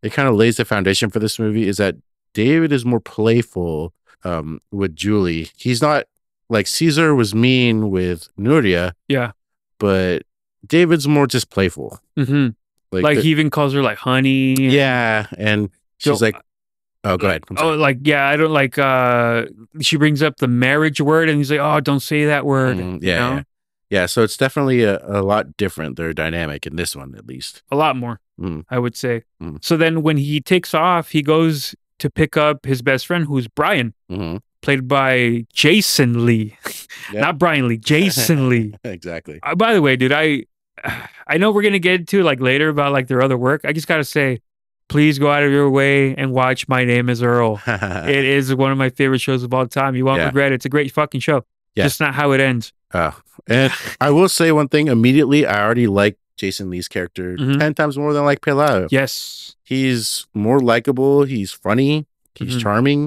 Speaker 4: it kind of lays the foundation for this movie is that david is more playful um with julie he's not like caesar was mean with nuria
Speaker 3: Yeah.
Speaker 4: but david's more just playful
Speaker 3: hmm
Speaker 4: like,
Speaker 3: Like
Speaker 4: the-
Speaker 3: he even calls her like honey.
Speaker 4: yeah and she's
Speaker 3: So-
Speaker 4: like oh go ahead I'm
Speaker 3: Oh,
Speaker 4: sorry.
Speaker 3: like yeah, I don't like. uh She brings up the marriage word, and he's like, "Oh, don't say that word."
Speaker 4: Mhm,
Speaker 3: you
Speaker 4: yeah,
Speaker 3: know?
Speaker 4: yeah yeah so it's definitely a, a lot different their dynamic in this one at least
Speaker 3: a lot more,
Speaker 4: Mm.
Speaker 3: I would say.
Speaker 4: Mm.
Speaker 3: So then when he takes off, he goes to pick up his best friend, who's Brian,
Speaker 4: mm-hmm.
Speaker 3: played by Jason Lee.
Speaker 4: Yeah.
Speaker 3: Not Brian Lee, Jason Lee.
Speaker 4: Exactly.
Speaker 3: Uh, by the way, dude, I I know we're gonna get to like later about like their other work. I just gotta say, please go out of your way and watch My Name is Earl. it is one of my favorite shows of all time. You won't
Speaker 4: Uh, Yeah.
Speaker 3: regret it. It's a great fucking show.
Speaker 4: Yeah.
Speaker 3: Just not how it ends.
Speaker 4: Oh. And I will say one thing immediately. I already like Jason Lee's character
Speaker 3: Mhm.
Speaker 4: 10 times more than I like Pelao.
Speaker 3: Yes.
Speaker 4: He's more likable. He's funny. He's
Speaker 3: Mhm.
Speaker 4: charming.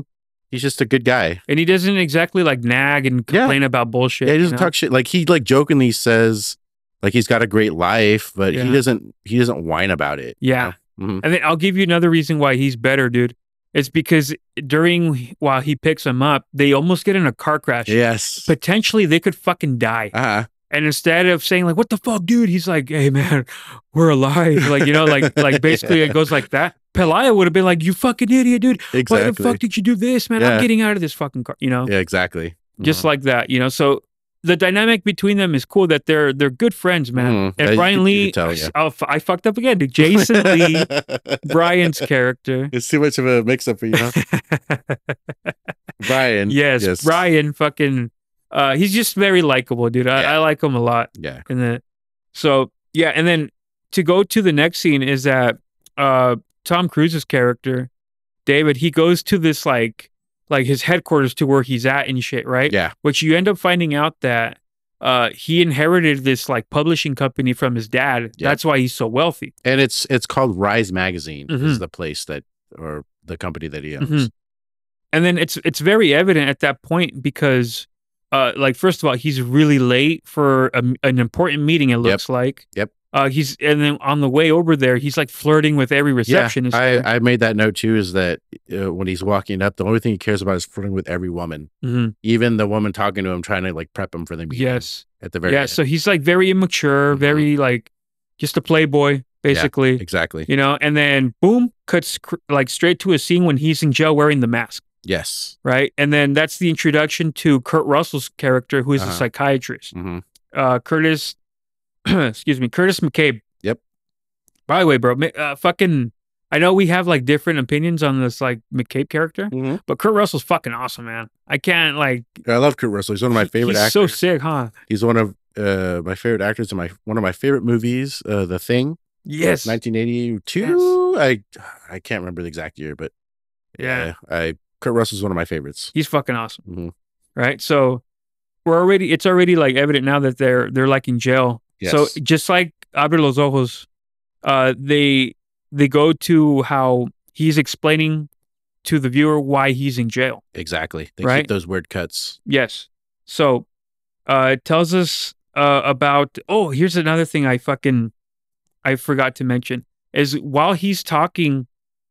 Speaker 4: He's just a good guy.
Speaker 3: And he doesn't exactly like nag and
Speaker 4: Yeah.
Speaker 3: complain about bullshit.
Speaker 4: yeah, he
Speaker 3: you
Speaker 4: doesn't
Speaker 3: know?
Speaker 4: talk shit. Like he like jokingly says, like he's got a great life, but
Speaker 3: Yeah.
Speaker 4: he doesn't he doesn't whine about it. you
Speaker 3: Yeah.
Speaker 4: know? Mhm.
Speaker 3: And then I'll give you another reason why he's better, dude. It's because during while he picks him up, they almost get in a car crash.
Speaker 4: Yes.
Speaker 3: Potentially they could fucking die.
Speaker 4: uh-huh.
Speaker 3: And instead of saying like, "What the fuck, dude?" he's like, "Hey, man, we're alive." Like you know, like like basically it goes like that. Pelaya would have been like, "You fucking idiot, dude!
Speaker 4: Exactly.
Speaker 3: Why the fuck did you do this, man? I'm
Speaker 4: Yeah.
Speaker 3: getting out of this fucking car." You know,
Speaker 4: yeah, Mm-hmm. exactly.
Speaker 3: just like that. You know, so the dynamic between them is cool. That they're they're good friends, man.
Speaker 4: Mhm. Yeah,
Speaker 3: And
Speaker 4: you
Speaker 3: Brian
Speaker 4: could- you
Speaker 3: Lee,
Speaker 4: could tell,
Speaker 3: I-
Speaker 4: yeah.
Speaker 3: I'll f- I fucked up again, dude. Jason Lee, Brian's character.
Speaker 4: It's too much of a mix up for you, huh? Brian.
Speaker 3: yes, Brian fucking uh he's just very likable, dude. I,
Speaker 4: Yeah.
Speaker 3: I like him a lot.
Speaker 4: Yeah.
Speaker 3: And then so yeah, and then to go to the next scene is that uh Tom Cruise's character, David, he goes to this like like his headquarters to where he's at and shit, right?
Speaker 4: Yeah.
Speaker 3: Which you end up finding out that uh he inherited this like publishing company from his dad. That's why he's so wealthy.
Speaker 4: And it's it's called Rise Magazine
Speaker 3: Mhm.
Speaker 4: is the place that or the company that he owns.
Speaker 3: Mhm. and then it's it's very evident at that point because uh like first of all he's really late for a, an important meeting it looks like
Speaker 4: Yep.
Speaker 3: uh he's and then on the way over there he's like flirting with every receptionist there.
Speaker 4: I, I made that note too is that uh, when he's walking up, the only thing he cares about is flirting with every woman,
Speaker 3: Mhm.
Speaker 4: even the woman talking to him, trying to like prep him for the meeting.
Speaker 3: yes
Speaker 4: At the very
Speaker 3: yeah
Speaker 4: end.
Speaker 3: so he's like very immature
Speaker 4: Mhm.
Speaker 3: very like just a playboy basically
Speaker 4: exactly.
Speaker 3: you know and then boom cuts cr- like straight to a scene when he's in jail wearing the mask
Speaker 4: Yes.
Speaker 3: right and then that's the introduction to kurt russell's character who is a
Speaker 4: Uh-huh.
Speaker 3: psychiatrist
Speaker 4: hmm
Speaker 3: uh, Curtis, excuse me, Curtis McCabe.
Speaker 4: Yep.
Speaker 3: By the way, bro, ma- uh, fucking, I know we have like different opinions on this like McCabe character,
Speaker 4: Mhm.
Speaker 3: but Kurt Russell's fucking awesome, man. I can't like.
Speaker 4: I love Kurt Russell. He's one of my
Speaker 3: he-
Speaker 4: favorite
Speaker 3: He's
Speaker 4: actors.
Speaker 3: so sick, huh?
Speaker 4: he's one of uh, my favorite actors in my one of my favorite movies, uh, The Thing,
Speaker 3: Yes.
Speaker 4: 1982. I I can't remember the exact year, but
Speaker 3: Yeah.
Speaker 4: uh, I Kurt Russell's one of my favorites.
Speaker 3: He's fucking awesome.
Speaker 4: Mhm.
Speaker 3: Right. So we're already. It's already like evident now that they're they're like in jail. So
Speaker 4: Yes.
Speaker 3: just like Abre los ojos, uh, they they go to how he's explaining to the viewer why he's in jail.
Speaker 4: Exactly. They
Speaker 3: Right?
Speaker 4: keep those weird cuts.
Speaker 3: Yes. So uh, it tells us uh, about. Oh, here's another thing I fucking I forgot to mention is while he's talking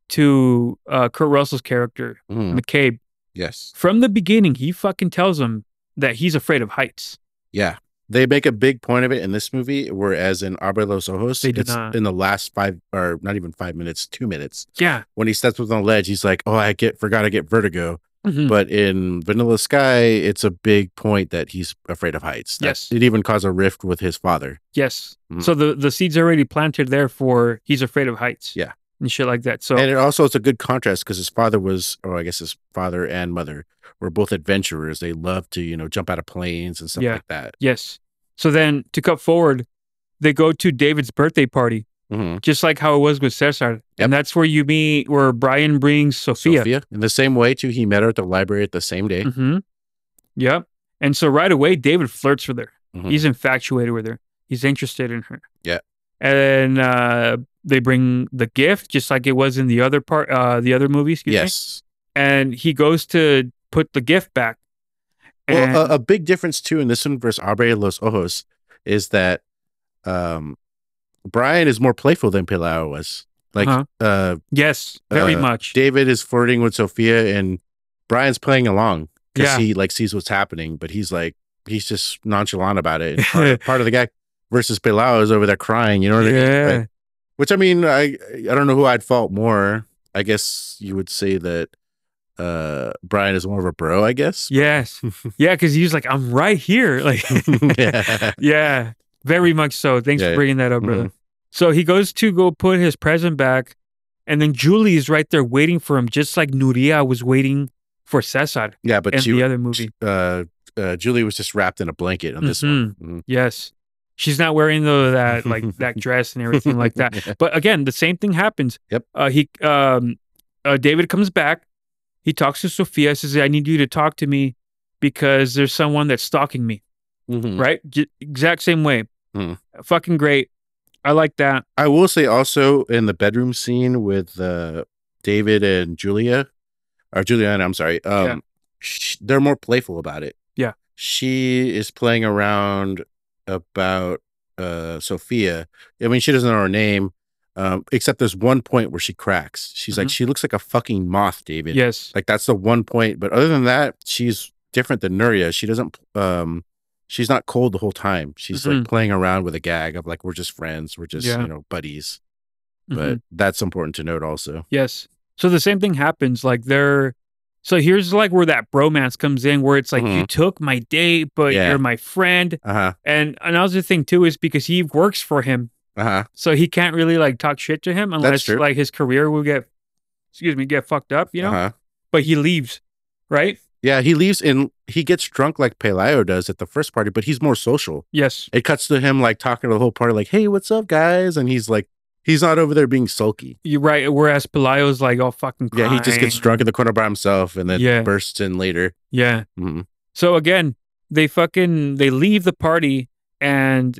Speaker 3: to uh, Kurt Russell's character
Speaker 4: Mhm.
Speaker 3: McCabe
Speaker 4: Yes.
Speaker 3: from the beginning, he fucking tells him that he's afraid of heights.
Speaker 4: Yeah. They make a big point of it in this movie, whereas in Abre los Ojos,
Speaker 3: They did
Speaker 4: it's
Speaker 3: not.
Speaker 4: in the last five or not even five minutes, two minutes.
Speaker 3: Yeah.
Speaker 4: When he steps up on the ledge, he's like, "Oh, I get forgot I get vertigo."
Speaker 3: Mhm.
Speaker 4: But in Vanilla Sky, it's a big point that he's afraid of heights. That-
Speaker 3: Yes.
Speaker 4: It even caused a rift with his father.
Speaker 3: yes.
Speaker 4: Mm.
Speaker 3: So the the seeds already planted there for he's afraid of heights.
Speaker 4: Yeah.
Speaker 3: And shit like that. So
Speaker 4: And it also it's a good contrast because his father was, or I guess his father and mother were both adventurers. They loved to, you know, jump out of planes and stuff
Speaker 3: Yeah.
Speaker 4: like that.
Speaker 3: yes. So then to cut forward, they go to David's birthday party.
Speaker 4: hmm
Speaker 3: just like how it was with Cesar.
Speaker 4: Yep.
Speaker 3: And that's where you meet where Brian brings Sophia.
Speaker 4: Sophia. In the same way, too, he met her at the library at the same day.
Speaker 3: hmm Yep. And so right away, David flirts with her.
Speaker 4: Mhm.
Speaker 3: He's infatuated with her. He's interested in her.
Speaker 4: Yeah.
Speaker 3: And uh, they bring the gift, just like it was in the other part, uh, the other movie. Excuse me.
Speaker 4: Yes.
Speaker 3: And he goes to put the gift back. And
Speaker 4: Well, uh, a, a big difference too in this one versus Abre Los Ojos is that um, Brian is more playful than Pilar was. Like
Speaker 3: Uh-huh.
Speaker 4: uh,
Speaker 3: yes, very
Speaker 4: uh,
Speaker 3: much.
Speaker 4: David is flirting with Sophia, and Brian's playing along because
Speaker 3: Yeah.
Speaker 4: he like sees what's happening, but he's like he's just nonchalant about it. And part, part of the guy versus Pilar is over there crying. You know what I mean?
Speaker 3: yeah.
Speaker 4: Right. Which I mean, I I don't know who I'd fault more. I guess you would say that uh, Brian is more of a bro. I guess.
Speaker 3: Yes. yeah. Cause he was like, I'm right here. Like,
Speaker 4: yeah.
Speaker 3: Yeah, very much so. Thanks for
Speaker 4: Yeah, Mm-hmm. yeah.
Speaker 3: bringing that up, brother. So he goes to go put his present back, and then Julie is right there waiting for him, just like Nuria was waiting for Cesar
Speaker 4: Yeah, but
Speaker 3: in
Speaker 4: she
Speaker 3: the other movie. Mm-hmm.
Speaker 4: uh, uh, Julie was just wrapped in a blanket on this one. Mhm.
Speaker 3: Yes. She's not wearing the that like that dress and everything like that. But again, the same thing happens.
Speaker 4: Yep.
Speaker 3: Uh, he um, uh, David comes back. He talks to Sophia. Says, "I need you to talk to me because there's someone that's stalking me."
Speaker 4: Mhm.
Speaker 3: Right. J- exact same way.
Speaker 4: Mm.
Speaker 3: Fucking great. I like that.
Speaker 4: I will say also in the bedroom scene with uh, David and Julia, or Juliana, I'm sorry. Um,
Speaker 3: Yeah.
Speaker 4: sh- they're more playful about it.
Speaker 3: Yeah.
Speaker 4: she is playing around about uh, Sophia. I mean, she doesn't know her name, um, except there's one point where she cracks. She's like,
Speaker 3: Mhm.
Speaker 4: she looks like a fucking moth, David.
Speaker 3: Yes.
Speaker 4: Like that's the one point. But other than that, she's different than Nuria. She doesn't um she's not cold the whole time. She's like
Speaker 3: Mhm.
Speaker 4: playing around with a gag of like we're just friends, we're just,
Speaker 3: Yeah.
Speaker 4: you know, buddies.
Speaker 3: Mhm.
Speaker 4: But that's important to note also.
Speaker 3: Yes. So the same thing happens. Like they're so here's like where that bromance comes in, where it's like you took my date, but
Speaker 4: Mm-hmm. Yeah.
Speaker 3: you're my friend.
Speaker 4: Uh-huh.
Speaker 3: And another thing too is because he works for him,
Speaker 4: Uh-huh.
Speaker 3: so he can't really like talk shit to him unless
Speaker 4: true.
Speaker 3: like his career will get, excuse me, get fucked up, you know.
Speaker 4: Uh-huh.
Speaker 3: But he leaves, right?
Speaker 4: Yeah, he leaves and he gets drunk like Pelayo does at the first party, but he's more social.
Speaker 3: Yes.
Speaker 4: It cuts to him like talking to the whole party, like, hey, what's up, guys? And he's like, he's not over there being sulky.
Speaker 3: You're right. Whereas Pelayo's like all fucking.
Speaker 4: Yeah, he just gets
Speaker 3: crying.
Speaker 4: drunk in the corner by himself and then
Speaker 3: Yeah.
Speaker 4: bursts in later.
Speaker 3: Yeah.
Speaker 4: Mhm.
Speaker 3: So again, they fucking they leave the party, and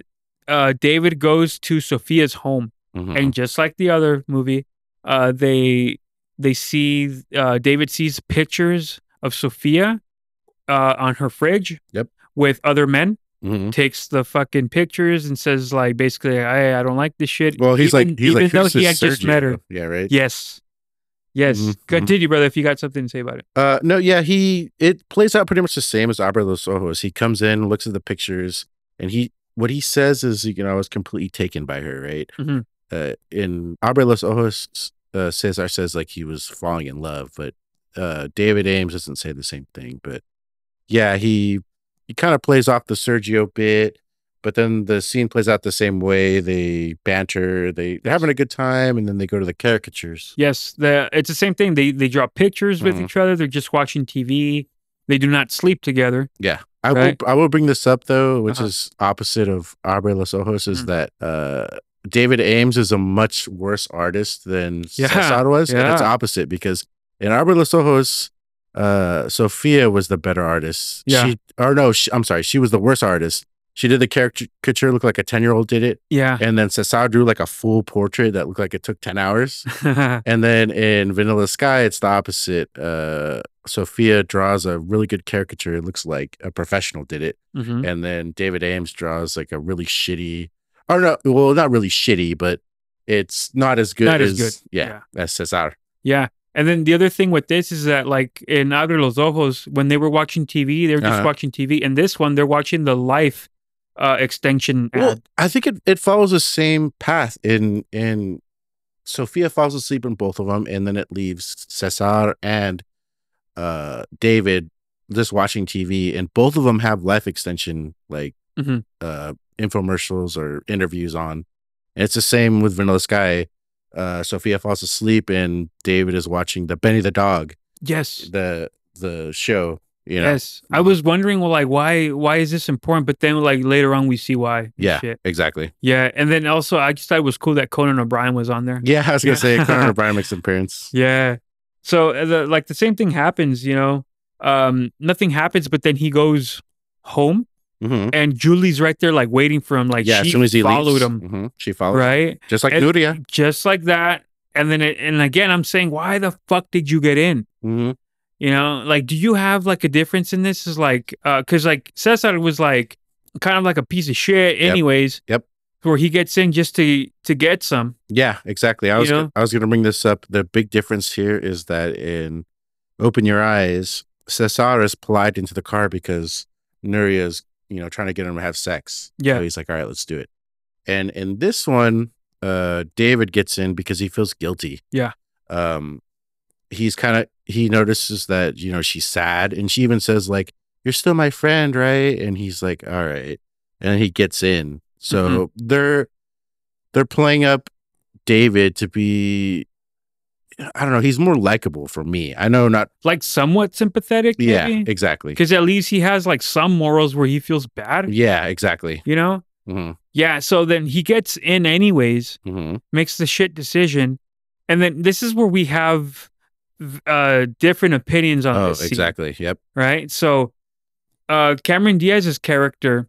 Speaker 3: uh, David goes to Sophia's home.
Speaker 4: Mhm.
Speaker 3: and just like the other movie, uh, they they see uh, David sees pictures of Sophia uh, on her fridge.
Speaker 4: Yep.
Speaker 3: With other men,
Speaker 4: Mhm.
Speaker 3: takes the fucking pictures and says like basically, "Hey, I don't like this shit."
Speaker 4: Well, he's
Speaker 3: even,
Speaker 4: like he's
Speaker 3: E-, even
Speaker 4: like
Speaker 3: though
Speaker 4: "Who's
Speaker 3: he had
Speaker 4: this
Speaker 3: just met her.
Speaker 4: Sergio?" Yeah, right.
Speaker 3: Yes, yes.
Speaker 4: Mhm.
Speaker 3: Continue, brother. If you got something to say about it,
Speaker 4: Uh, no, yeah, he it plays out pretty much the same as Abra Los Ojos. He comes in, looks at the pictures, and he what he says is, you know, I was completely taken by her, right?
Speaker 3: Mhm.
Speaker 4: Uh, in Abra Los Ojos, uh, Cesar says like he was falling in love, but uh, David Ames doesn't say the same thing. But yeah, he he kind of plays off the Sergio bit, but then the scene plays out the same way. They banter, they they're having a good time, and then they go to the caricatures.
Speaker 3: yes, the it's the same thing. They they draw pictures with
Speaker 4: Mhm.
Speaker 3: each other. They're just watching TV. They do not sleep together.
Speaker 4: I
Speaker 3: Right.
Speaker 4: will I will bring this up though, which
Speaker 3: Uh-huh.
Speaker 4: is opposite of Aubrey Los Ojos, is
Speaker 3: Mm.
Speaker 4: that uh, David Ames is a much worse artist than
Speaker 3: Yeah,
Speaker 4: Cesar was. And it's
Speaker 3: yeah.
Speaker 4: opposite because in Aubrey Los Ojos, uh, Sophia was the better artist.
Speaker 3: Yeah.
Speaker 4: She or no, she, I'm sorry, she was the worse artist. She did the caricature look like a 10 year old did it.
Speaker 3: Yeah.
Speaker 4: And then Cesar drew like a full portrait that looked like it took 10 hours.
Speaker 3: Mm-hmm.
Speaker 4: And then in Vanilla Sky, it's the opposite. Uh, Sophia draws a really good caricature. It looks like a professional did it.
Speaker 3: Mhm.
Speaker 4: And then David Ames draws like a really shitty, or no, well, not really shitty, but it's not as good
Speaker 3: Not as
Speaker 4: as,
Speaker 3: good.
Speaker 4: Yeah, as Cesar.
Speaker 3: Yeah. And then the other thing with this is that, like in Abre los Ojos, when they were watching TV, they were just
Speaker 4: Uh-huh.
Speaker 3: watching TV. And this one, they're watching the life uh, extension
Speaker 4: Well,
Speaker 3: ad.
Speaker 4: I think it, it follows the same path in in Sophia falls asleep in both of them, and then it leaves Cesar and uh, David just watching TV, and both of them have life extension like
Speaker 3: Mhm.
Speaker 4: uh, infomercials or interviews on. And it's the same with Vanilla Sky. Uh, Sophia falls asleep, and David is watching the Benny the Dog
Speaker 3: Yes.
Speaker 4: the the show. You know,
Speaker 3: Yes. I was wondering, well, like, why why is this important? But then, like, later on, we see why. and
Speaker 4: yeah,
Speaker 3: Shit.
Speaker 4: exactly.
Speaker 3: Yeah. And then also, I just thought it was cool that Conan O'Brien was on there.
Speaker 4: Yeah, I was gonna
Speaker 3: Yeah.
Speaker 4: say Conan O'Brien makes an appearance.
Speaker 3: Yeah. So, uh, the, like, the same thing happens, you know, um, nothing happens, but then he goes home
Speaker 4: hmm
Speaker 3: and Julie's right there, like, waiting for him. Like,
Speaker 4: yeah,
Speaker 3: she
Speaker 4: as soon as he
Speaker 3: followed
Speaker 4: leaves,
Speaker 3: him.
Speaker 4: mhm, she followed, right?
Speaker 3: Right.
Speaker 4: Just like
Speaker 3: And-
Speaker 4: Nuria.
Speaker 3: just like that. And then, it, and again, I'm saying, why the fuck did you get in?
Speaker 4: Mhm.
Speaker 3: You know, like, do you have like a difference in this? Is like, uh, cause like Cesar was like kind of like a piece of shit,
Speaker 4: Yep.
Speaker 3: anyways.
Speaker 4: Yep.
Speaker 3: Where he gets in just to to get some.
Speaker 4: Yeah, exactly. I
Speaker 3: You
Speaker 4: was
Speaker 3: know?
Speaker 4: I was going to bring this up. The big difference here is that in Open Your Eyes, Cesar is polite into the car because Nuria is you know trying to get him to have sex. So
Speaker 3: Yeah.
Speaker 4: he's like, all right, let's do it. And in this one, uh, David gets in because he feels guilty.
Speaker 3: Yeah.
Speaker 4: Um, he's kind of he notices that you know she's sad, and she even says like, "You're still my friend, right?" And he's like, "All right," and he gets in. So
Speaker 3: Mm-hmm.
Speaker 4: they're they're playing up David to be. I don't know. He's more likable for me. I know not.
Speaker 3: Like somewhat sympathetic.
Speaker 4: Yeah, e-,
Speaker 3: Maybe?
Speaker 4: exactly.
Speaker 3: Cause at least he has like some morals where he feels bad,
Speaker 4: Yeah, exactly.
Speaker 3: you know?
Speaker 4: Mhm.
Speaker 3: Yeah. So then he gets in anyways,
Speaker 4: hmm
Speaker 3: makes the shit decision, and then this is where we have uh different opinions on
Speaker 4: Oh,
Speaker 3: this. scene,
Speaker 4: exactly. Yep.
Speaker 3: right? So, uh, Cameron Diaz's character,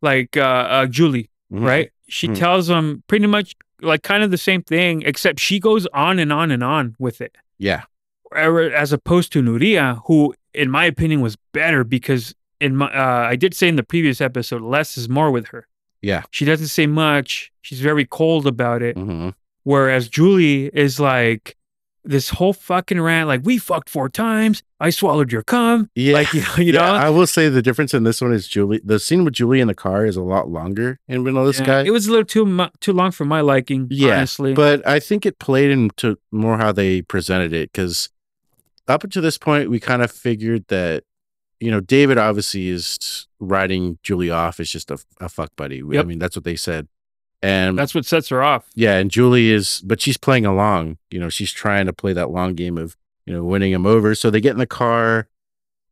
Speaker 3: like uh, uh Julie,
Speaker 4: Mhm.
Speaker 3: right? She
Speaker 4: Mhm.
Speaker 3: tells him pretty much like kind of the same thing, except she goes on and on and on with it
Speaker 4: Yeah.
Speaker 3: er- as opposed to Nuria, who, in my opinion, was better because in my, uh, I did say in the previous episode, less is more with her.
Speaker 4: Yeah.
Speaker 3: she doesn't say much. She's very cold about it.
Speaker 4: hmm
Speaker 3: Whereas Julie is like this whole fucking rant, like we fucked four times. I swallowed your cum.
Speaker 4: Yeah.
Speaker 3: Like you know, you
Speaker 4: Yeah,
Speaker 3: know?
Speaker 4: I will say the difference in this one is Julie. The scene with Julie in the car is a lot longer in Vanilla
Speaker 3: Yeah,
Speaker 4: Sky.
Speaker 3: It was a little too mu- too long for my liking.
Speaker 4: Yeah,
Speaker 3: honestly.
Speaker 4: but I think it played into more how they presented it because up until this point, we kind of figured that you know David obviously is writing Julie off as just a, a fuck buddy. We- I
Speaker 3: Yep.
Speaker 4: mean, that's what they said, and
Speaker 3: that's what sets her off.
Speaker 4: yeah, and Julie is, but she's playing along. You know, she's trying to play that long game of you know winning him over. So they get in the car,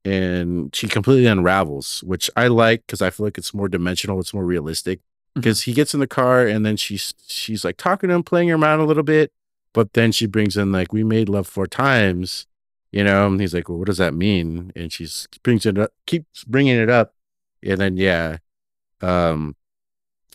Speaker 4: and she completely unravels, which I like because I feel like it's more dimensional, it's more realistic.
Speaker 3: Mhm.
Speaker 4: Because he gets in the car, and then she's she's like talking to him, playing him around a little bit, but then she brings in like we made love four times, you know, and he's like, well, what does that mean? And she's brings it up, keeps bringing it up, and then yeah, um,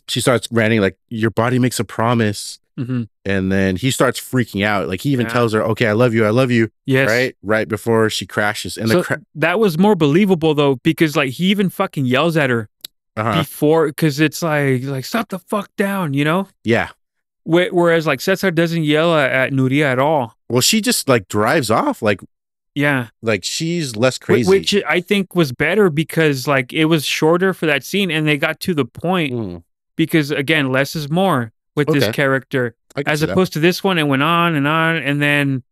Speaker 4: she starts ranting like your body makes a promise
Speaker 3: hmm
Speaker 4: and then he starts freaking out. Like he even
Speaker 3: Yeah.
Speaker 4: tells her, "Okay, I love you, I love you,"
Speaker 3: Yes,
Speaker 4: right, right before she crashes. And
Speaker 3: So
Speaker 4: the cra-
Speaker 3: that was more believable though, because like he even fucking yells at her.
Speaker 4: uh-huh.
Speaker 3: before because it's like like stop the fuck down, you know.
Speaker 4: yeah.
Speaker 3: Wh- Whereas like Cesar doesn't yell at, at Nuria at all.
Speaker 4: Well, she just like drives off. Like
Speaker 3: Yeah,
Speaker 4: like she's less
Speaker 3: Wh-
Speaker 4: crazy.
Speaker 3: which I think was better because like it was shorter for that scene, and they got to the point
Speaker 4: Mm,
Speaker 3: because again, less is more with
Speaker 4: Okay.
Speaker 3: this character
Speaker 4: I can
Speaker 3: as
Speaker 4: see that.
Speaker 3: opposed to this one. It went on and on, and then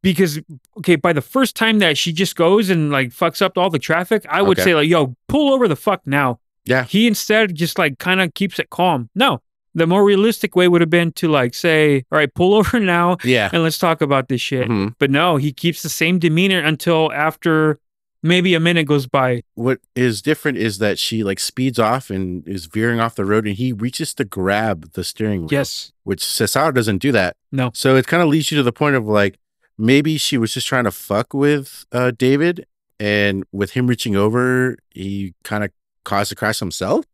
Speaker 3: because okay, by the first time that she just goes and like fucks up all the traffic, I would
Speaker 4: Okay.
Speaker 3: say like, yo, pull over the fuck now.
Speaker 4: Yeah.
Speaker 3: He instead just like kind of keeps it calm. No, the more realistic way would have been to like say, all right, pull over now
Speaker 4: yeah.
Speaker 3: and let's talk about this shit.
Speaker 4: Mhm.
Speaker 3: But no, he keeps the same demeanor until after maybe a minute goes by.
Speaker 4: What is different is that she like speeds off and is veering off the road, and he reaches to grab the steering wheel.
Speaker 3: Yes.
Speaker 4: which Cesaro doesn't do that.
Speaker 3: No.
Speaker 4: So it kind of leads you to the point of like maybe she was just trying to fuck with uh, David, and with him reaching over, he kind of caused the crash himself.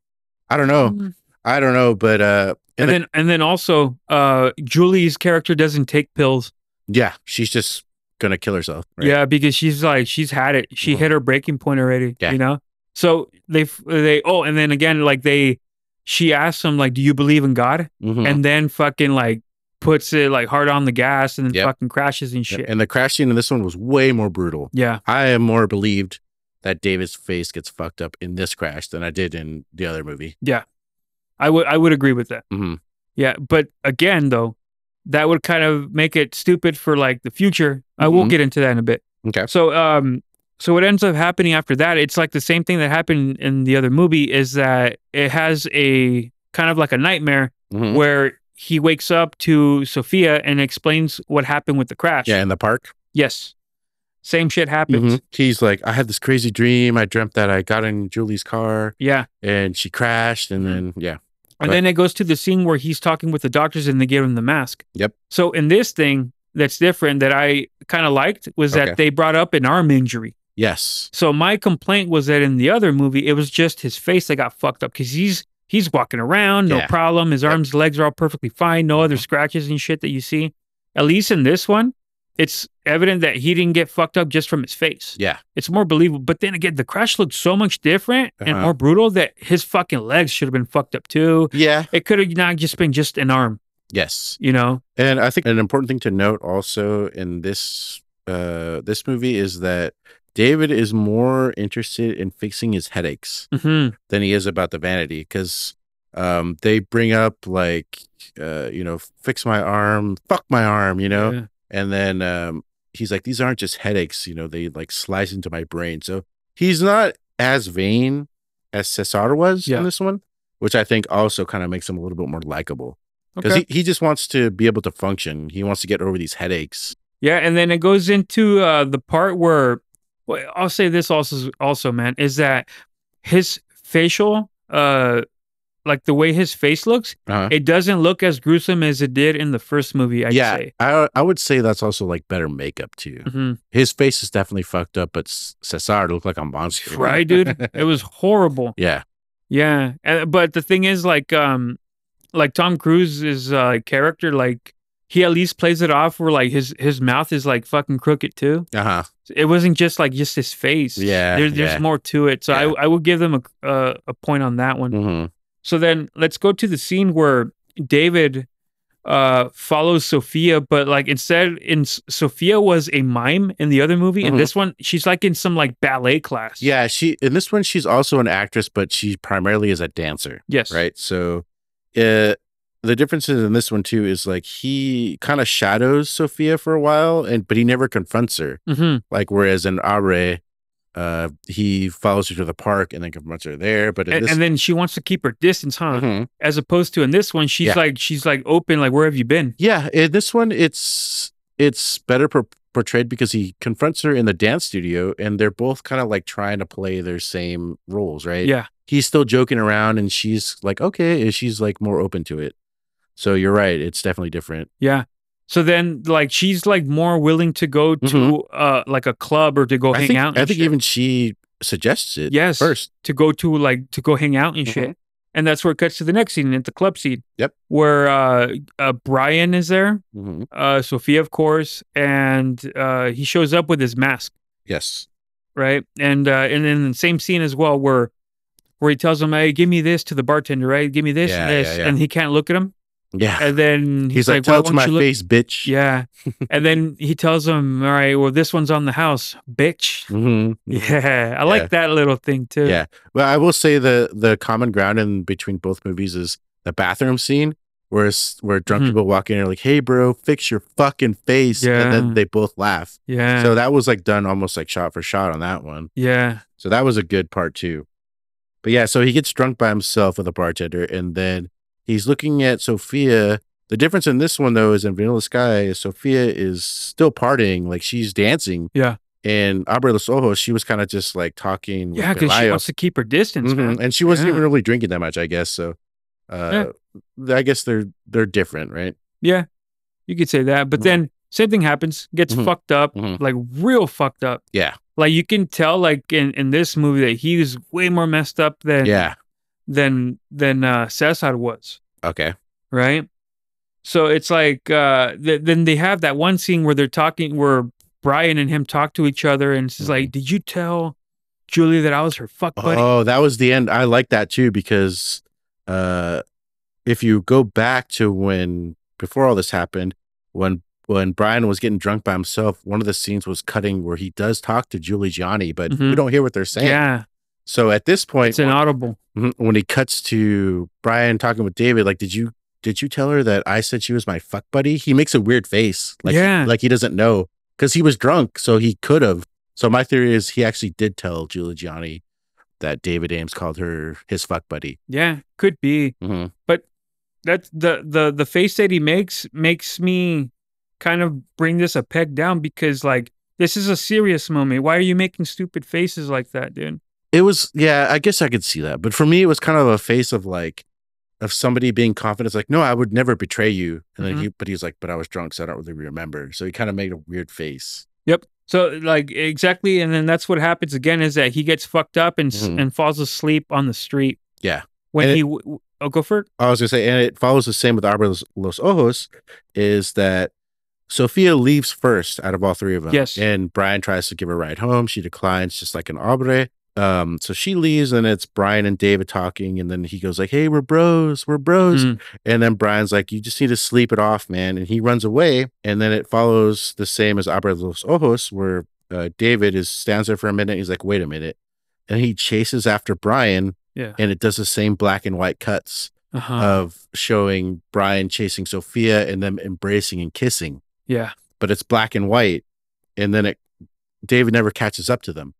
Speaker 4: I don't know.
Speaker 3: Mm.
Speaker 4: I don't know, but uh,
Speaker 3: And, then and then also uh Julie's character doesn't take pills.
Speaker 4: yeah, she's just gonna kill herself. right?
Speaker 3: Yeah, because she's like she's had it. She
Speaker 4: Mhm.
Speaker 3: hit her breaking point already.
Speaker 4: Yeah.
Speaker 3: You know. So they f- they oh, and then again like they she asks him like, "Do you believe in God?"
Speaker 4: Mhm.
Speaker 3: And then fucking like puts it like hard on the gas and then
Speaker 4: Yep.
Speaker 3: fucking crashes and shit.
Speaker 4: and the crash scene in this one was way more brutal.
Speaker 3: yeah.
Speaker 4: I am more believed that David's face gets fucked up in this crash than I did in the other movie.
Speaker 3: I would I would agree with that.
Speaker 4: Mhm.
Speaker 3: Yeah, but again though, that would kind of make it stupid for like the future. I will
Speaker 4: Mhm.
Speaker 3: get into that in a bit.
Speaker 4: Okay.
Speaker 3: So um so what ends up happening after that, it's like the same thing that happened in the other movie is that it has a kind of like a nightmare
Speaker 4: Mhm.
Speaker 3: where he wakes up to Sophia and explains what happened with the crash.
Speaker 4: Yeah, in the park.
Speaker 3: Yes. Same shit happens.
Speaker 4: Mhm. He's like, I had this crazy dream. I dreamt that I got in Julie's car
Speaker 3: Yeah.
Speaker 4: and she crashed. And then, yeah.
Speaker 3: And
Speaker 4: Right.
Speaker 3: then it goes to the scene where he's talking with the doctors and they give him the mask.
Speaker 4: Yep.
Speaker 3: So in this thing that's different that I kind of liked was
Speaker 4: Okay.
Speaker 3: that they brought up an arm injury.
Speaker 4: Yes.
Speaker 3: So my complaint was that in the other movie, it was just his face that got fucked up because he's he's walking around, no
Speaker 4: Yeah.
Speaker 3: problem. His
Speaker 4: Yep. Mm-hmm.
Speaker 3: arms, legs are all perfectly fine, no other scratches and shit that you see. At least in this one, it's evident that he didn't get fucked up just from his face.
Speaker 4: Yeah.
Speaker 3: It's more believable. But then again, the crash looked so much different and
Speaker 4: Uh-huh.
Speaker 3: more brutal that his fucking legs should have been fucked up too.
Speaker 4: Yeah.
Speaker 3: It could have not just been just an arm,
Speaker 4: Yes.
Speaker 3: you know?
Speaker 4: And I think an important thing to note also in this uh this movie is that David is more interested in fixing his headaches
Speaker 3: hmm
Speaker 4: than he is about the vanity because um they bring up like uh you know fix my arm fuck my arm you know
Speaker 3: Yeah.
Speaker 4: and then um he's like these aren't just headaches you know they like slice into my brain so he's not as vain as Cesar was
Speaker 3: Yeah.
Speaker 4: in this one which I think also kind of makes him a little bit more likable because
Speaker 3: Okay.
Speaker 4: he, he just wants to be able to function he wants to get over these headaches
Speaker 3: Yeah, and then it goes into uh, the part where well, I'll say this also, also, man, is that his facial uh, like the way his face looks,
Speaker 4: Uh-huh.
Speaker 3: it doesn't look as gruesome as it did in the first movie. I'd
Speaker 4: yeah,
Speaker 3: say.
Speaker 4: I I would say that's also like better makeup too.
Speaker 3: Mhm.
Speaker 4: His face is definitely fucked up, but S- Cesar looked like a monster.
Speaker 3: Right, dude. It was horrible.
Speaker 4: yeah,
Speaker 3: Yeah, and, but the thing is, like, um, like Tom Cruise's uh, character, like he at least plays it off where like his his mouth is like fucking crooked too.
Speaker 4: uh huh.
Speaker 3: It wasn't just like just his face.
Speaker 4: Yeah,
Speaker 3: there, there's
Speaker 4: yeah.
Speaker 3: more to it. So
Speaker 4: Yeah.
Speaker 3: I I would give them a uh, a point on that one.
Speaker 4: hmm
Speaker 3: So then let's go to the scene where David uh follows Sophia, but like instead in Sophia was a mime in the other movie,
Speaker 4: Mhm.
Speaker 3: and this one she's like in some like ballet class.
Speaker 4: Yeah, she in this one she's also an actress, but she primarily is a dancer,
Speaker 3: Yes.
Speaker 4: right? So, uh, the differences in this one too is like he kind of shadows Sophia for a while, and but he never confronts her.
Speaker 3: hmm
Speaker 4: Like whereas in Abre, uh, he follows her to the park and then confronts her there. But in
Speaker 3: And,
Speaker 4: this,
Speaker 3: and then uh, she wants to keep her distance, huh?
Speaker 4: Mhm.
Speaker 3: As opposed to in this one, she's
Speaker 4: Yeah.
Speaker 3: like she's like open, like where have you been?
Speaker 4: yeah, in this one it's it's better pro- portrayed because he confronts her in the dance studio, and they're both kind of like trying to play their same roles, right?
Speaker 3: Yeah.
Speaker 4: he's still joking around and she's like okay and she's like more open to it so you're right it's definitely different
Speaker 3: Yeah. So then like she's like more willing to go to
Speaker 4: Mhm.
Speaker 3: uh like a club or to go
Speaker 4: i
Speaker 3: hang
Speaker 4: think,
Speaker 3: out.
Speaker 4: I
Speaker 3: and
Speaker 4: think
Speaker 3: shit.
Speaker 4: even she suggests it
Speaker 3: Yes.
Speaker 4: first
Speaker 3: to go to like to go hang out and
Speaker 4: Mhm.
Speaker 3: shit. And that's where it cuts to the next scene at the club scene.
Speaker 4: Yep.
Speaker 3: Where uh, uh Brian is there,
Speaker 4: Mhm.
Speaker 3: uh Sophia of course, and uh he shows up with his mask,
Speaker 4: yes
Speaker 3: right? And uh and then the same scene as well where where he tells him, Hey, give me this to the bartender, right? Give me this
Speaker 4: Yeah,
Speaker 3: and this
Speaker 4: yeah, yeah.
Speaker 3: and he can't look at him.
Speaker 4: yeah
Speaker 3: And then
Speaker 4: he's like,
Speaker 3: "Why
Speaker 4: tell it to
Speaker 3: won't
Speaker 4: my
Speaker 3: you look-"
Speaker 4: face bitch
Speaker 3: Yeah. and then he tells him, All right, well this one's on the house, bitch.
Speaker 4: Mhm.
Speaker 3: Yeah. I
Speaker 4: Yeah.
Speaker 3: like that little thing too.
Speaker 4: Yeah. well i will say the the common ground in between both movies is the bathroom scene where s- where drunk
Speaker 3: Mhm.
Speaker 4: people walk in and are like hey bro fix your fucking face and
Speaker 3: Yeah.
Speaker 4: then they both laugh
Speaker 3: Yeah.
Speaker 4: so that was like done almost like shot for shot on that one
Speaker 3: yeah.
Speaker 4: So that was a good part too. But yeah, so he gets drunk by himself with a bartender, and then he's looking at Sophia. The difference in this one though is in Vanilla Sky, is Sophia is still partying, like she's dancing.
Speaker 3: Yeah.
Speaker 4: And Abra Los Ojos, she was kind of just like talking.
Speaker 3: Yeah,
Speaker 4: with
Speaker 3: because she
Speaker 4: Pelayo.
Speaker 3: wants to keep her distance, man.
Speaker 4: Mhm. and she wasn't
Speaker 3: Yeah.
Speaker 4: even really drinking that much, I guess. So, uh, th- I guess they're they're different, right?
Speaker 3: Yeah, you could say that. But
Speaker 4: Mhm.
Speaker 3: then same thing happens, gets
Speaker 4: Mhm.
Speaker 3: fucked up,
Speaker 4: Mhm.
Speaker 3: like real fucked up.
Speaker 4: Yeah,
Speaker 3: Like you can tell, like in, in this movie, that he was way more messed up than
Speaker 4: yeah,
Speaker 3: than than uh, Cesar was,
Speaker 4: okay,
Speaker 3: right? So it's like uh, th- then they have that one scene where they're talking, where Brian and him talk to each other, and she's like, "Did you tell Julie that I was her fuck buddy?"
Speaker 4: Oh, that was the end. I like that too because uh if you go back to when before all this happened, when when Brian was getting drunk by himself, one of the scenes was cutting where he does talk to Julie Gianni, but we
Speaker 3: Mhm.
Speaker 4: don't hear what they're saying.
Speaker 3: yeah,
Speaker 4: So at this point,
Speaker 3: it's inaudible.
Speaker 4: Mhm. when he cuts to Brian talking with David, like, did you did you tell her that I said she was my fuck buddy? He makes a weird face, like
Speaker 3: Yeah.
Speaker 4: like he doesn't know because he was drunk, so he could have. So my theory is he actually did tell Julie Gianni that David Ames called her his fuck buddy.
Speaker 3: Yeah, could be.
Speaker 4: hmm
Speaker 3: that's the the the face that he makes makes me kind of bring this a peg down because like this is a serious moment. Why are you making stupid faces like that, dude?
Speaker 4: It was yeah, I guess I could see that, but for me it was kind of a face of like of somebody being confident, It's like no, I would never betray you, and then
Speaker 3: Mhm.
Speaker 4: he but he's like, but I was drunk, so I don't really remember. So he kind of made a weird face.
Speaker 3: Yep. So like exactly, and then that's what happens again is that he gets fucked up and s
Speaker 4: Mhm.
Speaker 3: and falls asleep on the street.
Speaker 4: Yeah.
Speaker 3: When
Speaker 4: And
Speaker 3: he w- w- oh go for it.
Speaker 4: I was gonna say, and it follows the same with Arbor Los, Los Ojos, is that Sophia leaves first out of all three of them.
Speaker 3: Yes.
Speaker 4: And Brian tries to give her a ride home. She declines, just like an Aubre. Um, so she leaves, and it's Brian and David talking, and then he goes like, "Hey, we're bros, we're bros,"
Speaker 3: Mm.
Speaker 4: and then Brian's like, "You just need to sleep it off, man," and he runs away, and then it follows the same as Abra Los Ojos, where uh, David is stands there for a minute. He's like, "Wait a minute," and he chases after Brian,
Speaker 3: Yeah.
Speaker 4: and it does the same black and white cuts
Speaker 3: Uh-huh.
Speaker 4: of showing Brian chasing Sophia and them embracing and kissing,
Speaker 3: yeah.
Speaker 4: but it's black and white. And then it, David never catches up to them.
Speaker 3: Hmm.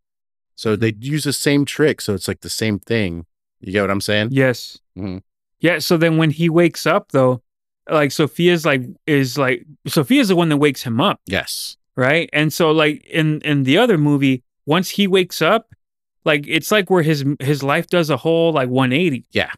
Speaker 4: So they use the same trick. So it's like the same thing. You get what I'm saying?
Speaker 3: Yes.
Speaker 4: Mhm.
Speaker 3: Yeah. So then when he wakes up though, like Sophia's like is like Sophia's the one that wakes him up.
Speaker 4: Yes.
Speaker 3: right and so like in in the other movie once he wakes up like it's like where his his life does a whole like 180
Speaker 4: Yeah.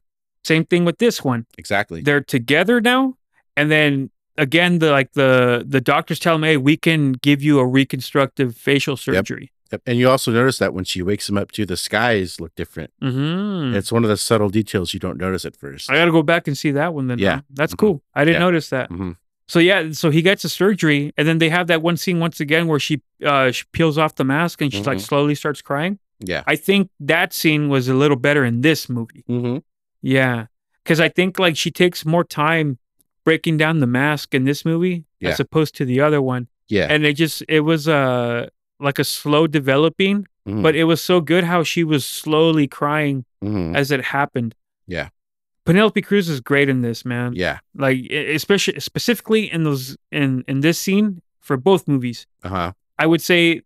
Speaker 3: Same thing with this one.
Speaker 4: Exactly.
Speaker 3: They're together now, and then again, the like the the doctors tell him, "Hey, we can give you a reconstructive facial surgery."
Speaker 4: Yep. And you also notice that when she wakes him up too, the skies look different.
Speaker 3: hmm Oh,
Speaker 4: It's one of the subtle details you don't notice at first.
Speaker 3: I got to go back and see that one then.
Speaker 4: Yeah.
Speaker 3: huh? that's
Speaker 4: Mhm.
Speaker 3: cool. I didn't
Speaker 4: Yeah.
Speaker 3: notice that.
Speaker 4: Mhm.
Speaker 3: So yeah, so he gets a surgery, and then they have that one scene once again where she uh, she peels off the mask and she like
Speaker 4: Mhm.
Speaker 3: slowly starts crying.
Speaker 4: Yeah.
Speaker 3: I think that scene was a little better in this movie.
Speaker 4: Mm-hmm.
Speaker 3: Yeah. Cause I think like she takes more time breaking down the mask in this movie
Speaker 4: Yeah.
Speaker 3: as opposed to the other one.
Speaker 4: Yeah.
Speaker 3: And it just it was uh like a slow developing,
Speaker 4: Mhm.
Speaker 3: but it was so good how she was slowly crying
Speaker 4: Mhm.
Speaker 3: as it happened.
Speaker 4: Yeah.
Speaker 3: Penelope Cruz is great in this, man.
Speaker 4: Yeah.
Speaker 3: Like e- especially specifically in those in in this scene for both movies.
Speaker 4: Uh huh.
Speaker 3: I would say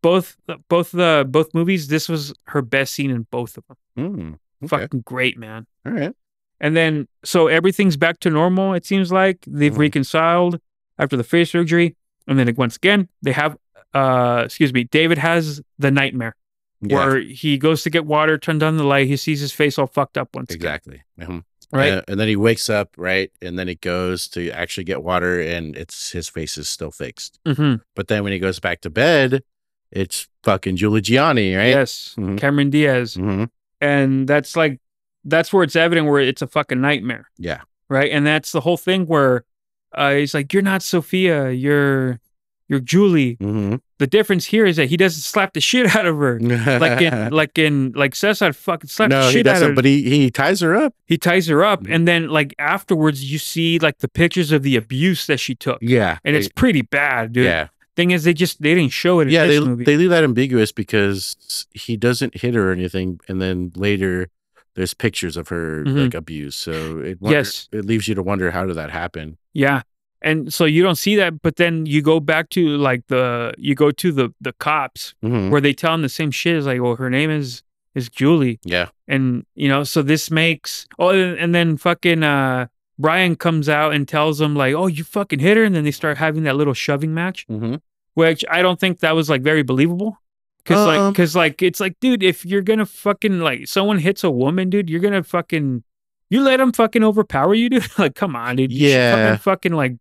Speaker 3: both both the both movies this was her best scene in both of them.
Speaker 4: Mm. Okay.
Speaker 3: Fucking great, man.
Speaker 4: All right.
Speaker 3: And then, so everything's back to normal, it seems like. They've
Speaker 4: Mhm.
Speaker 3: reconciled after the face surgery. And then, once again, they have, uh, excuse me, David has the nightmare
Speaker 4: Yeah.
Speaker 3: where he goes to get water, turns on the light, he sees his face all fucked up once again.
Speaker 4: Exactly. Mhm.
Speaker 3: Right?
Speaker 4: And, and then he wakes up, right? And then he goes to actually get water, and it's his face is still fixed.
Speaker 3: hmm
Speaker 4: But then when he goes back to bed, it's fucking Giuliani, right?
Speaker 3: Yes.
Speaker 4: Mhm.
Speaker 3: Cameron Diaz.
Speaker 4: hmm
Speaker 3: And that's like, that's where it's evident where it's a fucking nightmare.
Speaker 4: Yeah.
Speaker 3: Right. And that's the whole thing where uh, he's like, you're not Sophia, you're, you're Julie.
Speaker 4: hmm
Speaker 3: The difference here is that he doesn't slap the shit out of her. like in like in like Cesar fucking slapped
Speaker 4: no,
Speaker 3: the
Speaker 4: he
Speaker 3: shit out of
Speaker 4: doesn't.
Speaker 3: her.
Speaker 4: But he he ties her up.
Speaker 3: he ties her up,
Speaker 4: Mhm.
Speaker 3: and then like afterwards, you see like the pictures of the abuse that she took,
Speaker 4: Yeah,
Speaker 3: and it's pretty bad, dude.
Speaker 4: yeah,
Speaker 3: Thing is, they just they didn't show it in
Speaker 4: yeah. They
Speaker 3: this movie.
Speaker 4: they leave that ambiguous because he doesn't hit her or anything, and then later there's pictures of her
Speaker 3: Mhm.
Speaker 4: like abuse. So it wonder,
Speaker 3: Yes.
Speaker 4: it leaves you to wonder how did that happen?
Speaker 3: yeah, and so you don't see that, but then you go back to like the you go to the the cops
Speaker 4: Mhm.
Speaker 3: where they tell him the same shit. It's like, well, her name is is Julie,
Speaker 4: Yeah,
Speaker 3: and you know, so this makes oh, and, and then fucking uh. Brian comes out and tells him like, "Oh, you fucking hit her," and then they start having that little shoving match.
Speaker 4: mm-hmm.
Speaker 3: which I don't think that was like very believable. Cause
Speaker 4: Um,
Speaker 3: like, cause like, it's like, dude, if you're gonna fucking like, someone hits a woman, dude, you're gonna fucking, you let them fucking overpower you, dude. like, come on, dude. You should
Speaker 4: Yeah.
Speaker 3: Fucking, fucking like,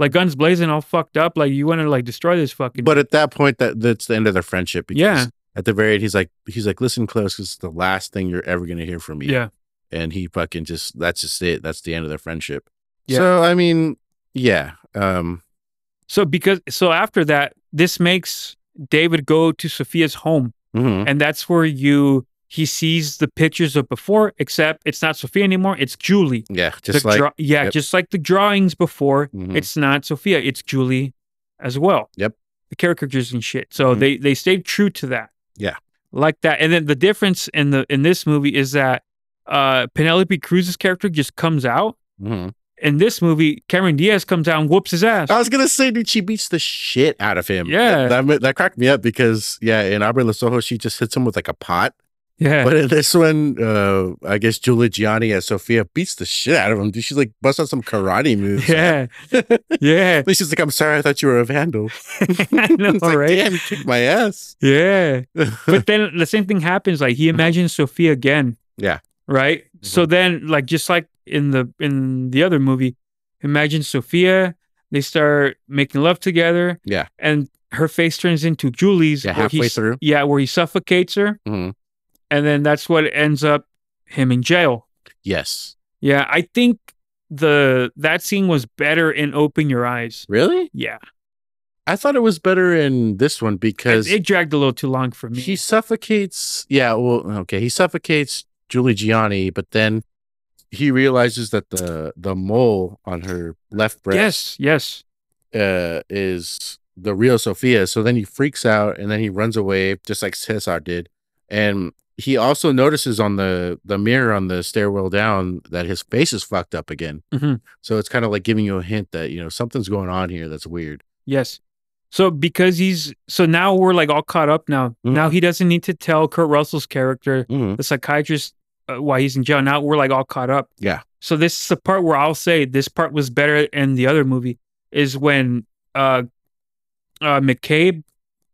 Speaker 3: like guns blazing, all fucked up. Like, you want to like destroy this fucking.
Speaker 4: but at that point, that that's the end of their friendship. Because
Speaker 3: Yeah.
Speaker 4: At the very end, he's like, he's like, listen close, 'cause it's the last thing you're ever gonna hear from me.
Speaker 3: yeah,
Speaker 4: and he fucking just that's just it. That's the end of their friendship.
Speaker 3: Yeah.
Speaker 4: So I mean, yeah, um,
Speaker 3: so because so after that, this makes David go to Sophia's home,
Speaker 4: mhm.
Speaker 3: and that's where you he sees the pictures of before, except it's not Sophia anymore, it's Julie.
Speaker 4: yeah, just
Speaker 3: the
Speaker 4: like
Speaker 3: draw- yeah,
Speaker 4: yep.
Speaker 3: just like the drawings before.
Speaker 4: Mhm.
Speaker 3: It's not Sophia, it's Julie as well.
Speaker 4: Yep.
Speaker 3: The caricatures and shit. So
Speaker 4: Mhm.
Speaker 3: they they stayed true to that.
Speaker 4: Yeah.
Speaker 3: Like that. And then the difference in the in this movie is that uh Penelope Cruz's character just comes out.
Speaker 4: mhm.
Speaker 3: In this movie, Cameron Diaz comes out and whoops his ass.
Speaker 4: I was gonna say, dude, she beats the shit out of him.
Speaker 3: Yeah.
Speaker 4: that that, that cracked me up because yeah, in Aubrey Lasojo, she just hits him with like a pot,
Speaker 3: yeah.
Speaker 4: but in this one, uh, I guess Julie Gianni as Sophia beats the shit out of him. Dude, she's like busts out some karate moves.
Speaker 3: yeah. yeah.
Speaker 4: She's like, I'm sorry, I thought you were a vandal.
Speaker 3: I know,
Speaker 4: It's like,
Speaker 3: right?
Speaker 4: Damn, you kicked my ass.
Speaker 3: Yeah. but then the same thing happens. Like he imagines Sophia again.
Speaker 4: Yeah. Mm-hmm.
Speaker 3: Right. So then, like just like in the in the other movie, imagine Sophia. They start making love together.
Speaker 4: Yeah.
Speaker 3: And her face turns into Julie's.
Speaker 4: yeah,
Speaker 3: where he
Speaker 4: halfway
Speaker 3: s-
Speaker 4: through.
Speaker 3: Yeah, where he suffocates her,
Speaker 4: Mhm.
Speaker 3: and then that's what ends up him in jail.
Speaker 4: Yes.
Speaker 3: Yeah, I think the that scene was better in Open Your Eyes.
Speaker 4: Really?
Speaker 3: Yeah,
Speaker 4: I thought it was better in this one
Speaker 3: it,
Speaker 4: because
Speaker 3: it dragged a little too long for me.
Speaker 4: He suffocates. Yeah. Well, okay. He suffocates Julie Gianni, but then he realizes that the the mole on her left breast
Speaker 3: yes, yes,
Speaker 4: uh, is the real Sophia. So then he freaks out and then he runs away, just like Cesar did. And he also notices on the the mirror on the stairwell down that his face is fucked up again.
Speaker 3: Mhm.
Speaker 4: So it's kind of like giving you a hint that you know something's going on here that's weird.
Speaker 3: Yes. So because he's so now we're like all caught up now.
Speaker 4: Mhm.
Speaker 3: Now he doesn't need to tell Kurt Russell's character,
Speaker 4: Mm-hmm.
Speaker 3: the psychiatrist, uh, why he's in jail. Now we're like all caught up.
Speaker 4: Yeah.
Speaker 3: So this is the part where I'll say this part was better in the other movie is when uh uh McCabe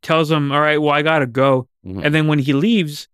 Speaker 3: tells him, "All right, well I got to go."
Speaker 4: Mhm.
Speaker 3: And then when he leaves,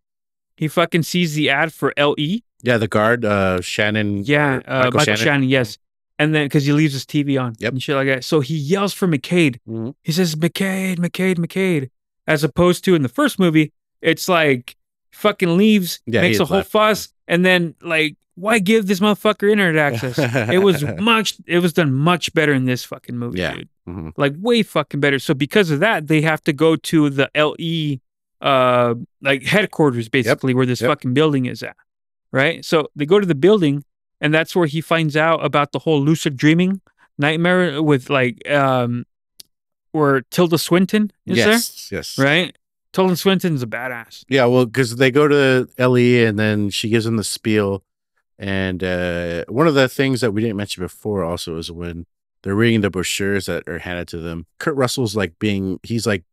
Speaker 3: he fucking sees the ad for E. LE
Speaker 4: Yeah, the guard, uh, Shannon.
Speaker 3: Yeah,
Speaker 4: or
Speaker 3: uh, Michael, Shannon. Yes, and then because he leaves his TV on
Speaker 4: Yep.
Speaker 3: and shit like that, so he yells for McCade.
Speaker 4: Mhm.
Speaker 3: He says McCade, McCade, McCade, as opposed to in the first movie, it's like fucking leaves,
Speaker 4: Yeah,
Speaker 3: makes
Speaker 4: he
Speaker 3: a whole
Speaker 4: left.
Speaker 3: fuss, and then like why give this motherfucker internet access? it was much, it was done much better in this fucking movie,
Speaker 4: Yeah.
Speaker 3: dude.
Speaker 4: Mhm.
Speaker 3: Like way fucking better. So because of that, they have to go to the LE uh like headquarters basically where this
Speaker 4: Yep.
Speaker 3: fucking building is at. Right? So they go to the building and that's where he finds out about the whole lucid dreaming nightmare with like um where Tilda Swinton is
Speaker 4: yes, yes,
Speaker 3: there. Right? Tilda Swinton's a badass.
Speaker 4: Yeah, well, because they go to Ellie and then she gives them the spiel. And uh, one of the things that we didn't mention before also is when they're reading the brochures that are handed to them, Kurt Russell's like being, he's like,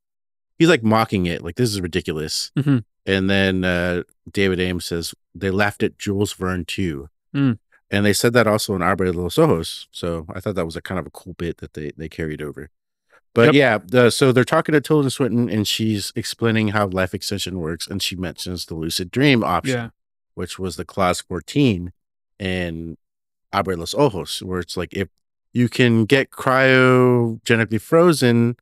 Speaker 4: he's like mocking it, like, this is ridiculous.
Speaker 3: Mhm.
Speaker 4: And then uh, David Ames says, they laughed at Jules Verne too.
Speaker 3: Mm.
Speaker 4: And they said that also in Arbre de los Ojos. So I thought that was a kind of a cool bit that they, they carried over. But yeah, the, so they're talking to Tilda Swinton, and she's explaining how life extension works, and she mentions the lucid dream option,
Speaker 3: Yeah.
Speaker 4: which was the clause fourteen in Abre los Ojos, where it's like if you can get cryogenically frozen,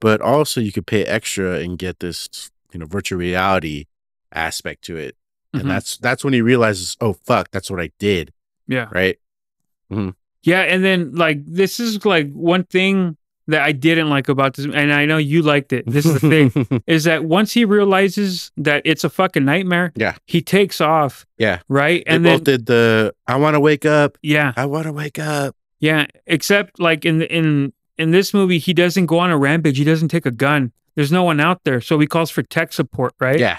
Speaker 4: but also you could pay extra and get this you know virtual reality aspect to it,
Speaker 3: Mhm.
Speaker 4: and that's that's when he realizes, oh fuck, that's what I did,
Speaker 3: Yeah.
Speaker 4: right?
Speaker 3: Yeah, and then like this is like one thing that I didn't like about this and I know you liked it. This is the thing. is that once he realizes that it's a fucking nightmare,
Speaker 4: Yeah.
Speaker 3: he takes off,
Speaker 4: yeah,
Speaker 3: right?
Speaker 4: they
Speaker 3: And
Speaker 4: both
Speaker 3: then
Speaker 4: did the I want to wake up,
Speaker 3: yeah,
Speaker 4: I want to wake up.
Speaker 3: yeah. Except like in in in this movie, he doesn't go on a rampage. He doesn't take a gun. There's no one out there, so he calls for tech support, right?
Speaker 4: Yeah.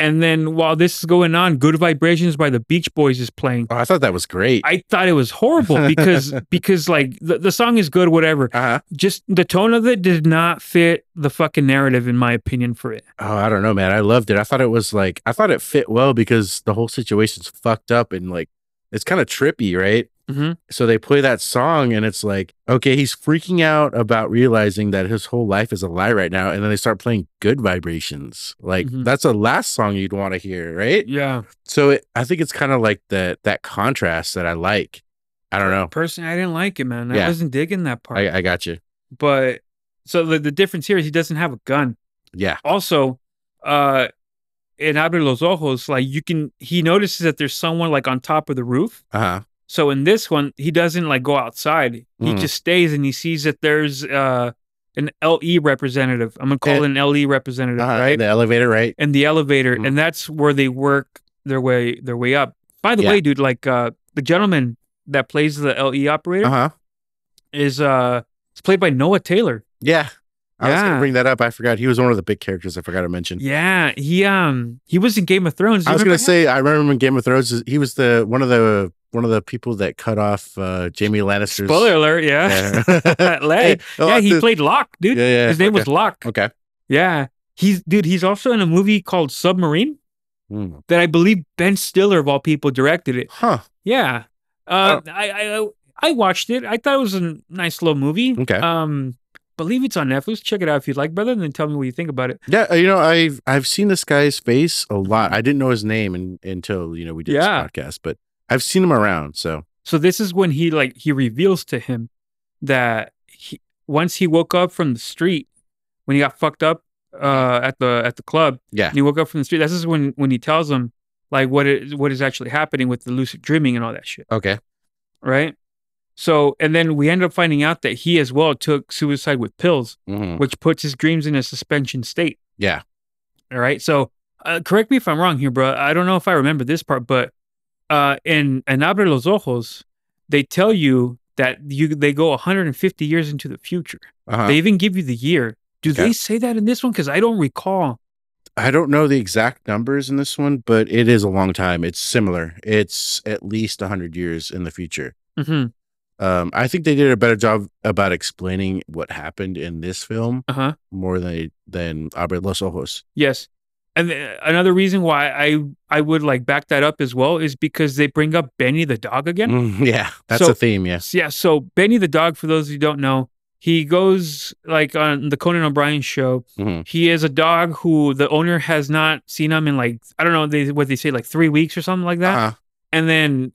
Speaker 3: And then while this is going on, "Good Vibrations" by the Beach Boys is playing.
Speaker 4: Oh, I thought that was great.
Speaker 3: I thought it was horrible because because like the, the song is good, whatever.
Speaker 4: uh-huh.
Speaker 3: Just the tone of it did not fit the fucking narrative, in my opinion, for it.
Speaker 4: Oh, I don't know, man. I loved it. I thought it was like I thought it fit well because the whole situation's fucked up and like it's kind of trippy, right?
Speaker 3: Mhm.
Speaker 4: So they play that song and it's like, okay, he's freaking out about realizing that his whole life is a lie right now, and then they start playing "Good Vibrations." Like
Speaker 3: Mhm.
Speaker 4: that's the last song you'd want to hear, right?
Speaker 3: Yeah.
Speaker 4: So it, I think it's kind of like that that contrast that I like. I don't know.
Speaker 3: Personally, I didn't like it, man. I
Speaker 4: Yeah.
Speaker 3: wasn't digging that part.
Speaker 4: I, I got you.
Speaker 3: but so the, the difference here is he doesn't have a gun.
Speaker 4: Yeah.
Speaker 3: Also, uh, in Abre los Ojos, like you can, he notices that there's someone like on top of the roof.
Speaker 4: Uh huh.
Speaker 3: So in this one, he doesn't like go outside. He
Speaker 4: Mm.
Speaker 3: just stays and he sees that there's uh, an LE representative. I'm gonna call it an LE representative,
Speaker 4: Eh. Uh-huh.
Speaker 3: right?
Speaker 4: The elevator, right?
Speaker 3: and the elevator,
Speaker 4: Mm.
Speaker 3: and that's where they work their way their way up. By the
Speaker 4: Yeah.
Speaker 3: way, dude, like uh, the gentleman that plays the LE operator
Speaker 4: Uh huh.
Speaker 3: is uh, it's played by Noah Taylor.
Speaker 4: Yeah. I was
Speaker 3: Yeah.
Speaker 4: gonna bring that up. I forgot. He was one of the big characters I forgot to mention.
Speaker 3: Yeah, he um he was in Game of Thrones.
Speaker 4: I
Speaker 3: You
Speaker 4: was
Speaker 3: remember
Speaker 4: gonna
Speaker 3: him?
Speaker 4: say I remember in Game of Thrones he was the one of the one of the people that cut off uh Jamie Lannister's
Speaker 3: spoiler alert. Yeah,
Speaker 4: Yeah,
Speaker 3: That leg.
Speaker 4: oh,
Speaker 3: yeah, he
Speaker 4: the-
Speaker 3: played Locke,
Speaker 4: yeah,
Speaker 3: dude.
Speaker 4: yeah.
Speaker 3: His name was
Speaker 4: okay.
Speaker 3: Locke.
Speaker 4: Okay.
Speaker 3: Yeah, he's dude. He's also in a movie called Submarine
Speaker 4: Hmm.
Speaker 3: that I believe Ben Stiller of all people directed it.
Speaker 4: Huh.
Speaker 3: Yeah,
Speaker 4: Oh.
Speaker 3: uh, I, I I watched it. I thought it was a nice little movie.
Speaker 4: Okay.
Speaker 3: Um, believe it's on Netflix. Check it out if you'd like, brother, and then tell me what you think about it.
Speaker 4: Yeah, uh, you know, I've I've seen this guy's face a lot. I didn't know his name in, until you know we did
Speaker 3: Yeah.
Speaker 4: this podcast, but I've seen him around. So
Speaker 3: So this is when he like he reveals to him that he once he woke up from the street when he got fucked up uh at the at the club
Speaker 4: yeah,
Speaker 3: and he woke up from the street. This is when when he tells him like what is what is actually happening with the lucid dreaming and all that shit,
Speaker 4: okay,
Speaker 3: right? So and then we end up finding out that he as well took suicide with pills,
Speaker 4: Mhm.
Speaker 3: which puts his dreams in a suspension state.
Speaker 4: yeah,
Speaker 3: All right. So uh, correct me if I'm wrong here, bro. I don't know if I remember this part, but uh, in in Abre los Ojos, they tell you that you they go 150 years into the future.
Speaker 4: uh-huh.
Speaker 3: They even give you the year. Do
Speaker 4: Okay.
Speaker 3: they say that in this one? Because I don't recall.
Speaker 4: I don't know the exact numbers in this one, but it is a long time. It's similar. It's at least hundred years in the future.
Speaker 3: hmm
Speaker 4: Um, I think they did a better job about explaining what happened in this film
Speaker 3: Uh huh.
Speaker 4: more than than Abre Los Ojos.
Speaker 3: Yes. And th- another reason why I I would like back that up as well is because they bring up Benny the dog again.
Speaker 4: Mm, yeah, that's
Speaker 3: So-
Speaker 4: a theme. Yeah.
Speaker 3: So, yeah. So Benny the dog, for those who don't know, he goes like on the Conan O'Brien show.
Speaker 4: Mhm.
Speaker 3: He is a dog who the owner has not seen him in like I don't know they, what they say like three weeks or something like that.
Speaker 4: Uh-huh.
Speaker 3: and then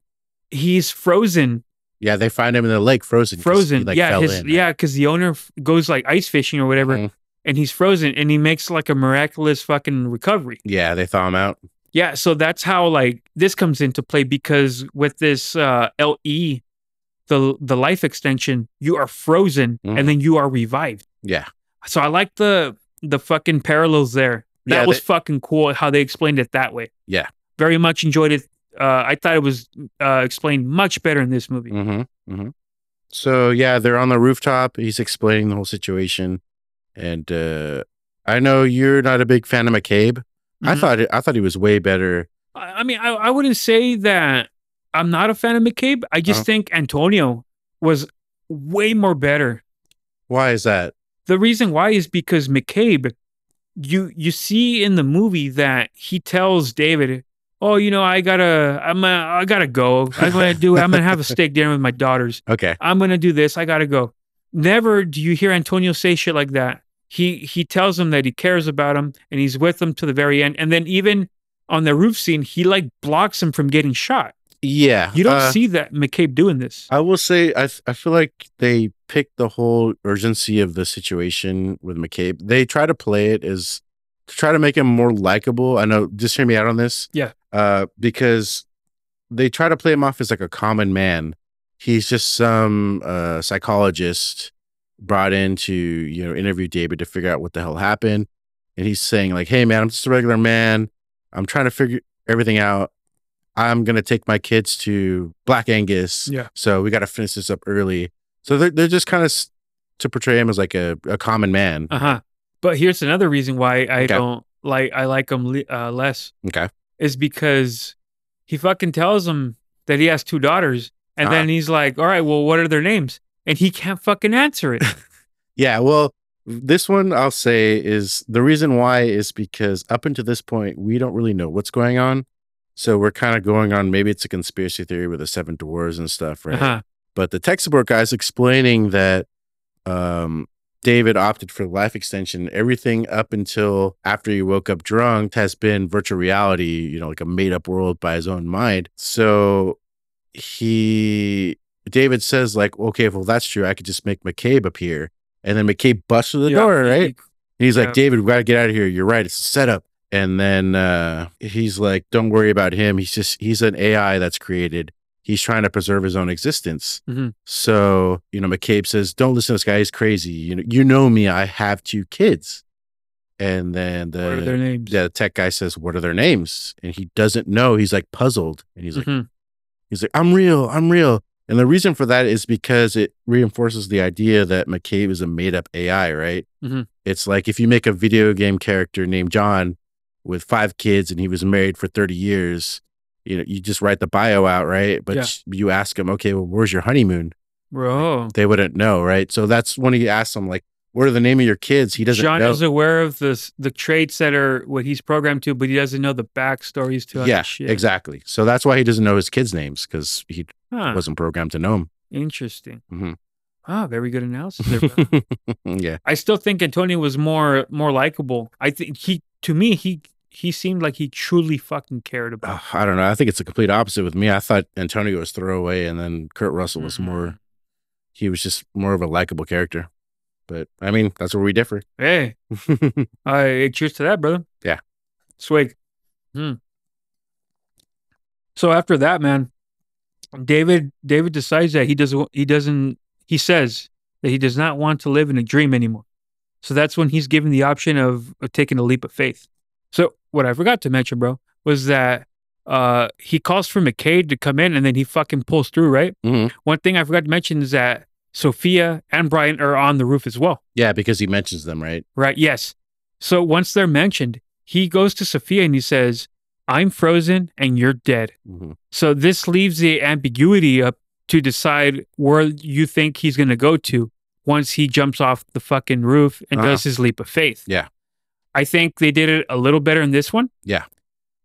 Speaker 3: he's frozen,
Speaker 4: Yeah, they find him in the lake frozen. 'cause
Speaker 3: frozen.
Speaker 4: he, like,
Speaker 3: yeah,
Speaker 4: fell
Speaker 3: his,
Speaker 4: in.
Speaker 3: yeah, because the owner f- goes like ice fishing or whatever,
Speaker 4: Mhm.
Speaker 3: and he's frozen, and he makes like a miraculous fucking recovery.
Speaker 4: Yeah, they thaw him out.
Speaker 3: Yeah, so that's how like this comes into play because with this uh LE the the life extension, you are frozen
Speaker 4: Mhm.
Speaker 3: and then you are revived.
Speaker 4: Yeah.
Speaker 3: So I like the the fucking parallels there. That
Speaker 4: Yeah,
Speaker 3: was
Speaker 4: they-
Speaker 3: fucking cool how they explained it that way.
Speaker 4: Yeah.
Speaker 3: Very much enjoyed it. Uh I thought it was uh explained much better in this movie.
Speaker 4: Mm-hmm. Mm-hmm. So yeah, they're on the rooftop. He's explaining the whole situation, and uh, I know you're not a big fan of McCabe. I
Speaker 3: Mhm.
Speaker 4: thought it, I thought he was way better.
Speaker 3: I, I mean I, I wouldn't say that I'm not a fan of McCabe. I just
Speaker 4: Uh-huh.
Speaker 3: think Antonio was way more better
Speaker 4: Why is that?
Speaker 3: the reason why is because McCabe, you you see in the movie that he tells David, "Oh, you know, I gotta, I'm, a, I gotta go. I'm gonna do. I'm gonna have a steak dinner with my daughters.
Speaker 4: Okay.
Speaker 3: I'm gonna do this. I gotta go." Never do you hear Antonio say shit like that. He he tells him that he cares about him and he's with him to the very end. And then even on the roof scene, he like blocks him from getting shot.
Speaker 4: Yeah.
Speaker 3: You don't
Speaker 4: uh,
Speaker 3: see that McCabe doing this.
Speaker 4: I will say I th- I feel like they picked the whole urgency of the situation with McCabe. They try to play it as to try to make him more likable. I know. Just hear me out on this.
Speaker 3: Yeah.
Speaker 4: Uh, because they try to play him off as like a common man. He's just some uh, psychologist brought in to you know interview David to figure out what the hell happened, and he's saying like, "Hey man, I'm just a regular man. I'm trying to figure everything out. I'm gonna take my kids to Black Angus.
Speaker 3: Yeah.
Speaker 4: So we got to finish this up early. So they're they're just kind of s- to portray him as like a, a common man.
Speaker 3: Uh huh. But here's another reason why I
Speaker 4: Okay.
Speaker 3: don't like I like him le- uh, less.
Speaker 4: Okay.
Speaker 3: is because he fucking tells him that he has two daughters, and
Speaker 4: Uh-huh.
Speaker 3: then he's like, "All right, well, what are their names?" And he can't fucking answer it.
Speaker 4: Yeah. Well, this one I'll say is the reason why is because up until this point we don't really know what's going on. So we're kind of going on maybe it's a conspiracy theory with the seven dwarves and stuff, right?
Speaker 3: uh-huh.
Speaker 4: But the tech support guy's explaining that um, David opted for life extension. Everything up until after he woke up drunk has been virtual reality, you know, like a made up world by his own mind. So he, David says, like, okay, well, that's true. I could just make McCabe appear. And then McCabe busts through the
Speaker 3: Yeah,
Speaker 4: door, right?
Speaker 3: he-
Speaker 4: And he's like,
Speaker 3: Yeah.
Speaker 4: David, we gotta get out of here. You're right. It's a setup. And then uh, he's like, don't worry about him. He's just he's an AI that's created. He's trying to preserve his own existence.
Speaker 3: Mhm.
Speaker 4: So you know, McCabe says, don't listen to this guy. He's crazy. You know, you know me. I have two kids. And then
Speaker 3: What are their
Speaker 4: the
Speaker 3: names?
Speaker 4: yeah, the tech guy says, what are their names? And he doesn't know. He's like puzzled. And he's like,
Speaker 3: Mhm.
Speaker 4: He's like, I'm real, I'm real. And the reason for that is because it reinforces the idea that McCabe is a made up AI, right?
Speaker 3: Mhm.
Speaker 4: It's like if you make a video game character named John with five kids and he was married for 30 years, you know, you just write the bio out, right? But
Speaker 3: Yeah.
Speaker 4: you ask him, okay, well, where's your honeymoon?
Speaker 3: bro.
Speaker 4: They wouldn't know, right? So that's when he asks them, like, what are the name of your kids? He doesn't
Speaker 3: John
Speaker 4: know.
Speaker 3: is aware of this, the traits that are what he's programmed to, but he doesn't know the backstories to other
Speaker 4: yeah,
Speaker 3: shit.
Speaker 4: exactly. So that's why he doesn't know his kids' names because he
Speaker 3: Huh,
Speaker 4: wasn't programmed to know
Speaker 3: interesting.
Speaker 4: Mhm.
Speaker 3: Ah, very good analysis there. bro.
Speaker 4: them. yeah.
Speaker 3: I still think Antonio was more more likable. I think he, to me, he he seemed like he truly fucking cared about.
Speaker 4: uh, I don't know. I think it's the complete opposite with me. I thought Antonio was throwaway, and then Kurt Russell was more. He was just more of a likable character. But I mean, that's where we differ.
Speaker 3: Hey, Uh, cheers to that, brother.
Speaker 4: Yeah.
Speaker 3: Swig. Hmm. So after that, man, David David decides that he doesn't he doesn't he says that he does not want to live in a dream anymore. So that's when he's given the option of, of taking a leap of faith. So what I forgot to mention, bro, was that uh he calls for McCade to come in and then he fucking pulls through, right?
Speaker 4: Mhm.
Speaker 3: One thing I forgot to mention is that Sophia and Brian are on the roof as well.
Speaker 4: yeah, because he mentions them, right?
Speaker 3: Right. Yes. So once they're mentioned, he goes to Sophia and he says, I'm frozen and you're dead.
Speaker 4: Mhm.
Speaker 3: So this leaves the ambiguity up to decide where you think he's going to go to once he jumps off the fucking roof and
Speaker 4: Uh-huh.
Speaker 3: does his leap of faith.
Speaker 4: Yeah.
Speaker 3: I think they did it a little better in this one.
Speaker 4: Yeah.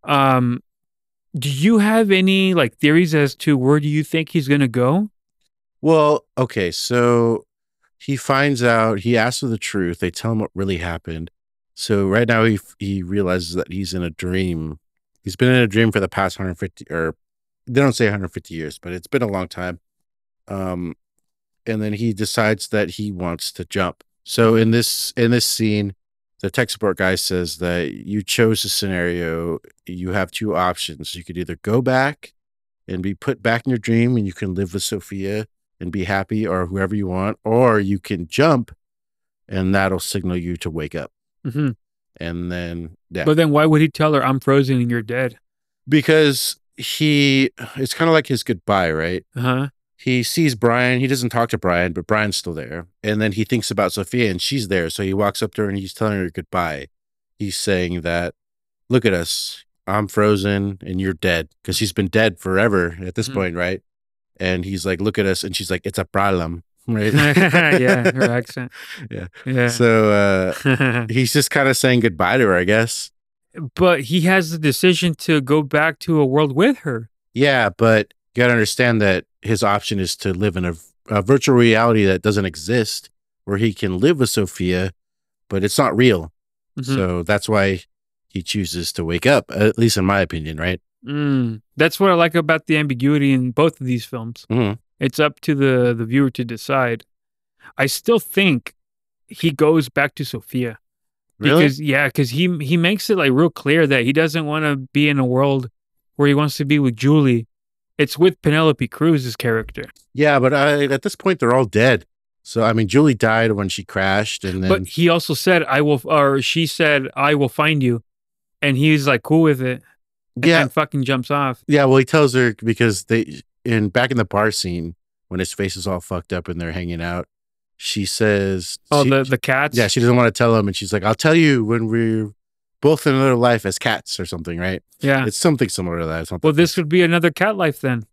Speaker 3: Um, do you have any like theories as to where do you think he's going to go?
Speaker 4: Well, okay, so he finds out. He asks for the truth. They tell him what really happened. So right now, he he realizes that he's in a dream. He's been in a dream for the past 150 or they don't say 150 years, but it's been a long time. Um, and then he decides that he wants to jump. So in this in this scene, the tech support guy says that you chose a scenario. You have two options. You could either go back and be put back in your dream, and you can live with Sophia and be happy, or whoever you want, or you can jump, and that'll signal you to wake up. Mm-hmm.
Speaker 3: hmm
Speaker 4: And then, yeah.
Speaker 3: But then why would he tell her I'm frozen and you're dead?
Speaker 4: because he it's kind of like his goodbye right
Speaker 3: Uh-huh.
Speaker 4: he sees brian he doesn't talk to brian but brian's still there and then he thinks about sophia and she's there so he walks up to her and he's telling her goodbye he's saying that look at us i'm frozen and you're dead because she's been dead forever at this
Speaker 3: Mhm.
Speaker 4: point right and he's like look at us and she's like it's a problem right
Speaker 3: yeah, her accent.
Speaker 4: Yeah.
Speaker 3: Yeah.
Speaker 4: so uh he's just kind of saying goodbye to her i guess
Speaker 3: but he has the decision to go back to a world with her.
Speaker 4: Yeah, but you got to understand that his option is to live in a, a virtual reality that doesn't exist, where he can live with Sophia, but it's not real.
Speaker 3: Mhm.
Speaker 4: So that's why he chooses to wake up, at least in my opinion, right?
Speaker 3: Mm. That's what I like about the ambiguity in both of these films.
Speaker 4: Mhm.
Speaker 3: It's up to the the viewer to decide. I still think he goes back to Sophia because yeah, because he he makes it like real clear that he doesn't want to be in a world where he wants to be with Julie. It's with Penelope Cruz's character,
Speaker 4: yeah, but I, at this point, they're all dead. So, I mean, Julie died when she crashed, and then,
Speaker 3: but he also said, "I will," f- or she said, "I will find you," and he's like cool with it.
Speaker 4: yeah,
Speaker 3: and fucking jumps off.
Speaker 4: yeah, well, he tells her because they, in back in the bar scene, when his face is all fucked up and they're hanging out, she says,
Speaker 3: Oh,
Speaker 4: she-
Speaker 3: the the cats.
Speaker 4: Yeah, she doesn't want to tell him, and she's like, "I'll tell you when we're both in another life as cats or something, right?"
Speaker 3: yeah.
Speaker 4: It's something similar to that. Something.
Speaker 3: Well, this would be another cat life then.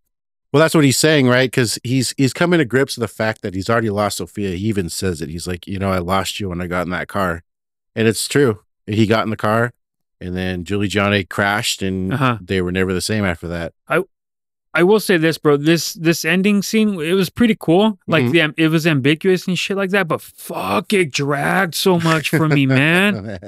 Speaker 4: well, that's what he's saying, right? Because he's he's coming to grips with the fact that he's already lost Sophia. He even says it. He's like, "You know, I lost you when I got in that car," and it's true. He got in the car, and then Julie Johnny crashed, and
Speaker 3: Uh-huh.
Speaker 4: they were never the same after that.
Speaker 3: I will say this, bro. This this ending scene, it was pretty cool. Like
Speaker 4: Mhm.
Speaker 3: the am it was ambiguous and shit like that. But fuck, it dragged so much for me, man.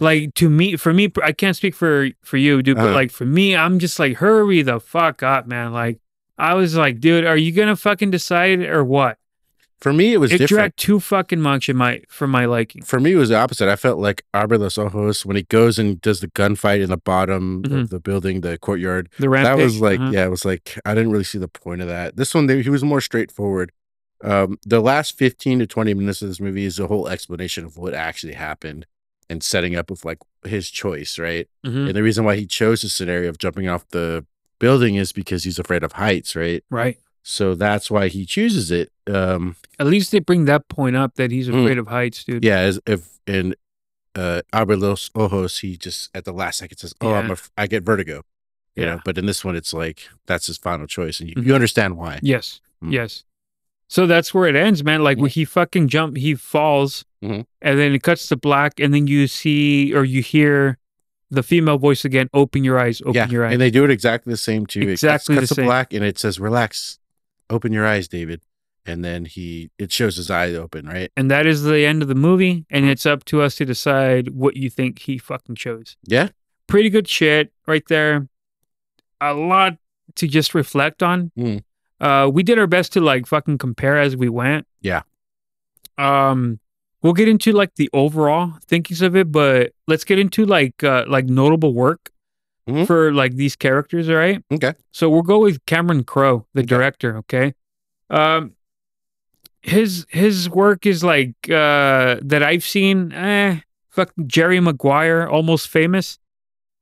Speaker 3: Like to me, for me, I can't speak for for you, dude. But
Speaker 4: Uh-huh.
Speaker 3: like for me, I'm just like, hurry the fuck up, man. Like I was like, dude, are you gonna fucking decide or what?
Speaker 4: For me, it was
Speaker 3: It
Speaker 4: different.
Speaker 3: dragged too fucking much in my for my liking.
Speaker 4: for me, it was the opposite. I felt like Arbor Los Ojos when he goes and does the gunfight in the bottom
Speaker 3: Mhm.
Speaker 4: of the building, the courtyard.
Speaker 3: The rampage.
Speaker 4: that was like
Speaker 3: uh-huh.
Speaker 4: yeah it was like i didn't really see the point of that this one they, he was more straightforward um the last 15 to 20 minutes of this movie is a whole explanation of what actually happened and setting up with like his choice right
Speaker 3: Mhm.
Speaker 4: and the reason why he chose the scenario of jumping off the building is because he's afraid of heights right
Speaker 3: right.
Speaker 4: so that's why he chooses it um
Speaker 3: At least they bring that point up that he's
Speaker 4: Mm.
Speaker 3: afraid of heights, dude.
Speaker 4: yeah as if in uh albert los ojos he just at the last second says oh i'm
Speaker 3: Yeah.
Speaker 4: a, i get vertigo you
Speaker 3: Yeah.
Speaker 4: know but in this one it's like that's his final choice and you,
Speaker 3: Mhm.
Speaker 4: you understand why
Speaker 3: Yes.
Speaker 4: Mm.
Speaker 3: Yes. So that's where it ends, man. Like when he fucking jump, he falls,
Speaker 4: Mhm.
Speaker 3: and then it cuts to black, and then you see or you hear the female voice again. Open your eyes. Open your eyes.
Speaker 4: And they do it exactly the same too. It
Speaker 3: Oh, Exactly the
Speaker 4: cuts, cuts to
Speaker 3: same.
Speaker 4: black and it says, Relax, open your eyes, David. And then he it shows his eyes open, right?
Speaker 3: and that is the end of the movie, and it's up to us to decide what you think he fucking chose.
Speaker 4: Yeah.
Speaker 3: Pretty good shit right there. A lot to just reflect on.
Speaker 4: Mm.
Speaker 3: Uh, we did our best to like fucking compare as we went.
Speaker 4: Yeah.
Speaker 3: Um, we'll get into like the overall thinkings of it, but let's get into like uh, like notable work
Speaker 4: Mhm.
Speaker 3: for like these characters. All right.
Speaker 4: Okay.
Speaker 3: So we'll go with Cameron Crowe, the
Speaker 4: Okay.
Speaker 3: director. Okay. Um, his his work is like uh that I've seen. Eh, fuck Jerry Maguire, almost famous.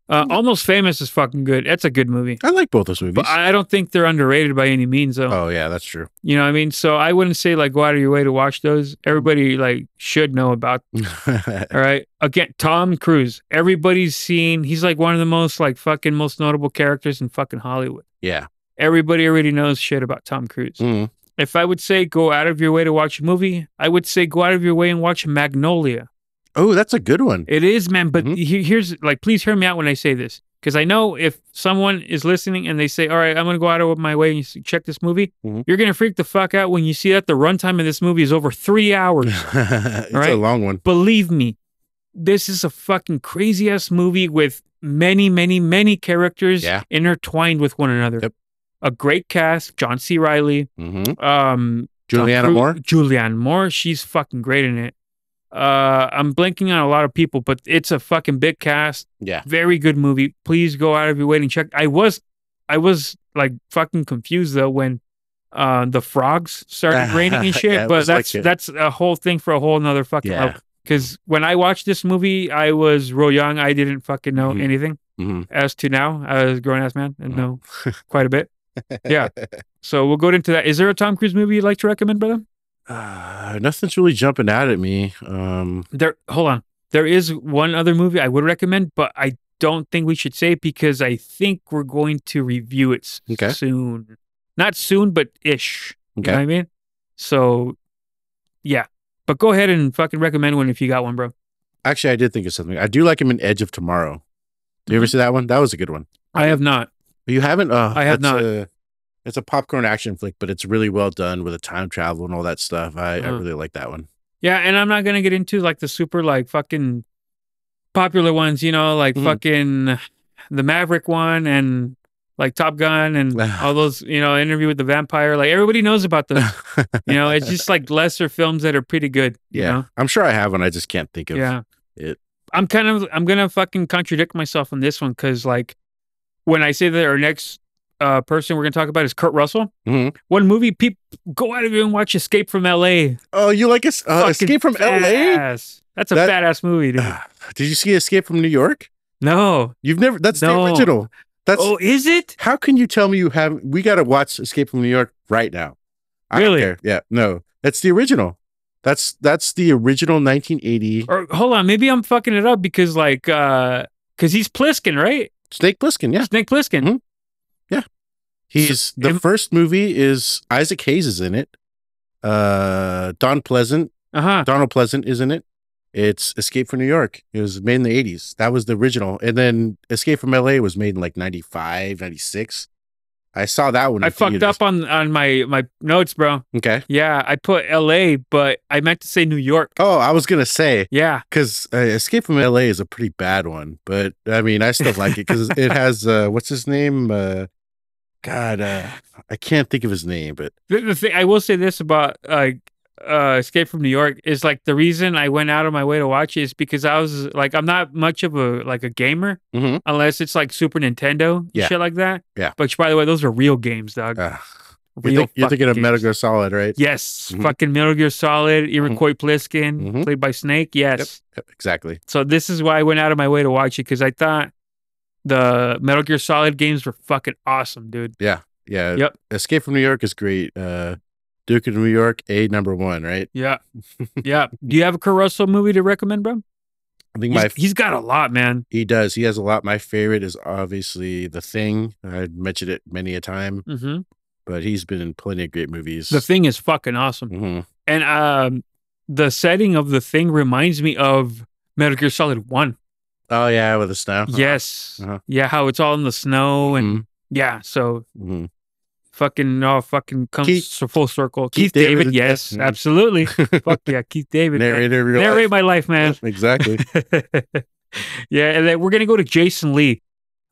Speaker 3: Uh, almost famous is fucking good. That's a good movie.
Speaker 4: I like both those Hmm. movies.
Speaker 3: But I I don't think they're underrated by any means, though.
Speaker 4: oh yeah, that's true.
Speaker 3: You know what I mean? So I wouldn't say like go out of your way to watch those. Everybody like should know about. All right. Again, Tom Cruise. Everybody's seen. He's like one of the most like fucking most notable characters in fucking Hollywood.
Speaker 4: yeah.
Speaker 3: Everybody already knows shit about Tom Cruise.
Speaker 4: Mm.
Speaker 3: If I would say go out of your way to watch a movie, I would say go out of your way and watch Magnolia.
Speaker 4: Oh, that's a good one.
Speaker 3: It is, man. But
Speaker 4: Mhm.
Speaker 3: he- here's like, please hear me out when I say this, because I know if someone is listening and they say, "All right, I'm gonna go out of my way and s- check this movie,"
Speaker 4: Mhm.
Speaker 3: you're gonna freak the fuck out when you see that the runtime of this movie is over three hours.
Speaker 4: it's
Speaker 3: All right.
Speaker 4: a long one.
Speaker 3: Believe me, this is a fucking crazy ass movie with many, many, many characters
Speaker 4: Yeah.
Speaker 3: intertwined with one another.
Speaker 4: Yep.
Speaker 3: a great cast. John C. Riley,
Speaker 4: Mm-hmm.
Speaker 3: um, Tom
Speaker 4: Juliana
Speaker 3: Cru-
Speaker 4: Moore.
Speaker 3: Julianne Moore. She's fucking great in it. Uh, I'm blanking on a lot of people, but it's a fucking big cast.
Speaker 4: Yeah.
Speaker 3: Very good movie. Please go out of your way and check. I was, I was like fucking confused though when uh the frogs started raining and shit.
Speaker 4: Yeah, it
Speaker 3: but
Speaker 4: was like
Speaker 3: that's
Speaker 4: a-
Speaker 3: that's a whole thing for a whole nother fucking.
Speaker 4: Yeah.
Speaker 3: Because when I watched this movie, I was real young. I didn't fucking know
Speaker 4: Mhm.
Speaker 3: anything
Speaker 4: hmm
Speaker 3: as to now. I was a grown ass man and
Speaker 4: Mhm.
Speaker 3: know quite a bit. Yeah. So we'll go into that. Is there a Tom Cruise movie you'd like to recommend, brother?
Speaker 4: Uh, nothing's really jumping out at me. Um,
Speaker 3: There, hold on. There is one other movie I would recommend, but I don't think we should say it because I think we're going to review it s-
Speaker 4: Okay.
Speaker 3: soon. Not soon, but ish. You know
Speaker 4: Okay.
Speaker 3: what I mean? So, yeah. But go ahead and fucking recommend one if you got one, bro.
Speaker 4: actually, I did think of something. I do like him in Edge of Tomorrow. Do you ever see that one? That was a good one.
Speaker 3: I have not.
Speaker 4: You haven't? Uh,
Speaker 3: Mm-hmm. I have
Speaker 4: that's
Speaker 3: not.
Speaker 4: A, it's a popcorn action flick, but it's really well done with the time travel and all that stuff. I, I
Speaker 3: Uh-huh.
Speaker 4: really like that one.
Speaker 3: Yeah, and I'm not gonna get into like the super like fucking popular ones, you know, like
Speaker 4: Mhm.
Speaker 3: fucking the Maverick one and like Top Gun and all those, you know, interview with the vampire. Like everybody knows about those. You know, it's just like lesser films that are pretty good. you
Speaker 4: yeah,
Speaker 3: know?
Speaker 4: I'm sure I have one. I just can't think of.
Speaker 3: yeah.
Speaker 4: it.
Speaker 3: I'm kind of I'm gonna fucking contradict myself on this one because like when I say that our next uh, person we're gonna talk about is Kurt Russell,
Speaker 4: Mhm.
Speaker 3: one movie people go out of here and watch Escape from L.A.
Speaker 4: Oh, you like es- uh,
Speaker 3: Fucking
Speaker 4: Escape from L.A.
Speaker 3: badass. That's a
Speaker 4: That-
Speaker 3: badass movie, dude.
Speaker 4: Ah, Did you see Escape from New York?
Speaker 3: No.
Speaker 4: You've never. That's
Speaker 3: No.
Speaker 4: the original. That's
Speaker 3: oh, is it?
Speaker 4: How can you tell me you haven't? We got to watch Escape from New York right now. I don't
Speaker 3: Really?
Speaker 4: care. Yeah. No, that's the original. That's that's the original 1980
Speaker 3: Or hold on, maybe I'm fucking it up because like uh because he's Pliskin, right?
Speaker 4: Snake Plissken. Yeah,
Speaker 3: Snake Pliskin.
Speaker 4: Mhm. he's the
Speaker 3: am-
Speaker 4: first movie is Isaac Hayes is in it. Uh, Don Pleasant,
Speaker 3: Uh-huh.
Speaker 4: Donald Pleasant is in it. It's Escape from New York. It was made in the 80s. That was the original, and then Escape from LA was made in like 95, 96. I saw that one.
Speaker 3: I
Speaker 4: in
Speaker 3: fucked
Speaker 4: theaters.
Speaker 3: up on on my my notes, bro.
Speaker 4: Okay.
Speaker 3: Yeah, I put L.A., but I meant to say New York.
Speaker 4: Oh, I was gonna say
Speaker 3: Yeah.
Speaker 4: because uh, Escape from LA is a pretty bad one, but I mean, I still like it because it has uh, what's his name? Uh, God, uh, I can't think of his name, but
Speaker 3: The, the thing I will say this about like uh Escape from New York is like the reason I went out of my way to watch it is because I was like I'm not much of a like a gamer
Speaker 4: Mhm.
Speaker 3: unless it's like Super Nintendo and
Speaker 4: Yeah.
Speaker 3: shit like that.
Speaker 4: Yeah.
Speaker 3: Which by the way, those are real games, dog.
Speaker 4: uh, you
Speaker 3: real
Speaker 4: are
Speaker 3: fucking
Speaker 4: thinking of
Speaker 3: games.
Speaker 4: Metal Gear Solid, right?
Speaker 3: Yes,
Speaker 4: Mhm.
Speaker 3: fucking Metal Gear Solid, Iroquois Pliskin,
Speaker 4: Mhm.
Speaker 3: played by Snake. Yes.
Speaker 4: Yep, exactly.
Speaker 3: So this is why I went out of my way to watch it because I thought the Metal Gear Solid games were fucking awesome, dude.
Speaker 4: Yeah.
Speaker 3: Yep.
Speaker 4: Escape from New York is great. Uh, Duke of New York, a number one, right?
Speaker 3: Yeah, yeah. Do you have a Kurt Russell movie to recommend, bro?
Speaker 4: I think
Speaker 3: He's-
Speaker 4: my
Speaker 3: he's got a lot, man.
Speaker 4: he does. He has a lot. My favorite is obviously The Thing. I mentioned it many a time,
Speaker 3: hmm
Speaker 4: but he's been in plenty of great movies.
Speaker 3: The thing is fucking awesome,
Speaker 4: Mhm.
Speaker 3: and um, the setting of the thing reminds me of Metal Gear Solid One.
Speaker 4: Oh yeah, with the snow.
Speaker 3: Yes,
Speaker 4: Uh-huh. Mm-hmm.
Speaker 3: yeah, how it's all in the snow and yeah, so
Speaker 4: Mhm.
Speaker 3: fucking all fucking comes
Speaker 4: Keith-
Speaker 3: so full circle. Keith,
Speaker 4: Keith
Speaker 3: David,
Speaker 4: David,
Speaker 3: yes,
Speaker 4: yes.
Speaker 3: absolutely. Fuck yeah, Keith David. man.
Speaker 4: Mm-hmm. narrator. of your
Speaker 3: Narrate
Speaker 4: life.
Speaker 3: my life, man.
Speaker 4: exactly.
Speaker 3: yeah, and then we're gonna go to Jason Lee.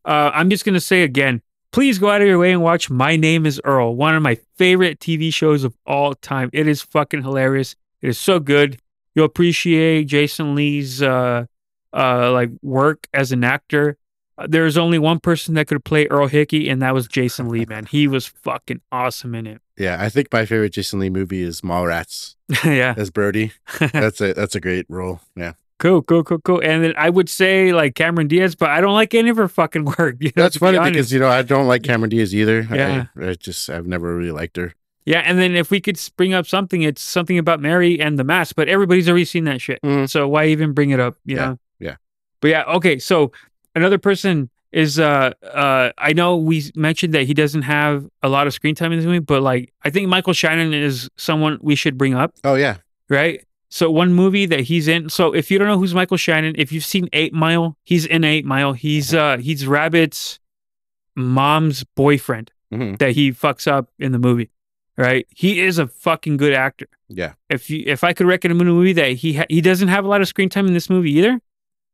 Speaker 3: Uh, I'm just gonna say again, please go out of your way and watch My Name Is Earl, one of my favorite TV shows of all time. It is fucking hilarious. It is so good. You'll appreciate Jason Lee's uh, uh, like work as an actor. Uh, There is only one person that could play Earl Hickey, and that was Jason Lee. Man, he was fucking awesome in it.
Speaker 4: Yeah, I think my favorite Jason Lee movie is Mallrats
Speaker 3: yeah,
Speaker 4: as Brody. That's a that's a great role. Yeah,
Speaker 3: cool, cool, cool, cool. And then I would say like Cameron Diaz, but I don't like any of her fucking work. you know,
Speaker 4: that's
Speaker 3: to be
Speaker 4: funny
Speaker 3: honest.
Speaker 4: because you know I don't like Cameron Diaz either. I-
Speaker 3: Yeah.
Speaker 4: I, just I've never really liked her.
Speaker 3: Yeah, and then if we could bring up something, it's something about Mary and the mask, but everybody's already seen that shit.
Speaker 4: Mhm.
Speaker 3: So why even bring it up? You
Speaker 4: Yeah,
Speaker 3: know?
Speaker 4: yeah.
Speaker 3: But yeah, okay. So another person is uh uh I know we s- mentioned that he doesn't have a lot of screen time in this movie, but like I think Michael Shannon is someone we should bring up,
Speaker 4: Oh yeah,
Speaker 3: right? So one movie that he's in. So if you don't know who's Michael Shannon, if you've seen Eight Mile, he's in Eight Mile. He's uh he's Rabbit's mom's boyfriend
Speaker 4: Mhm.
Speaker 3: that he fucks up in the movie, right? He is a fucking good actor.
Speaker 4: yeah.
Speaker 3: If you if I could recommend a movie that he ha- he doesn't have a lot of screen time in this movie either,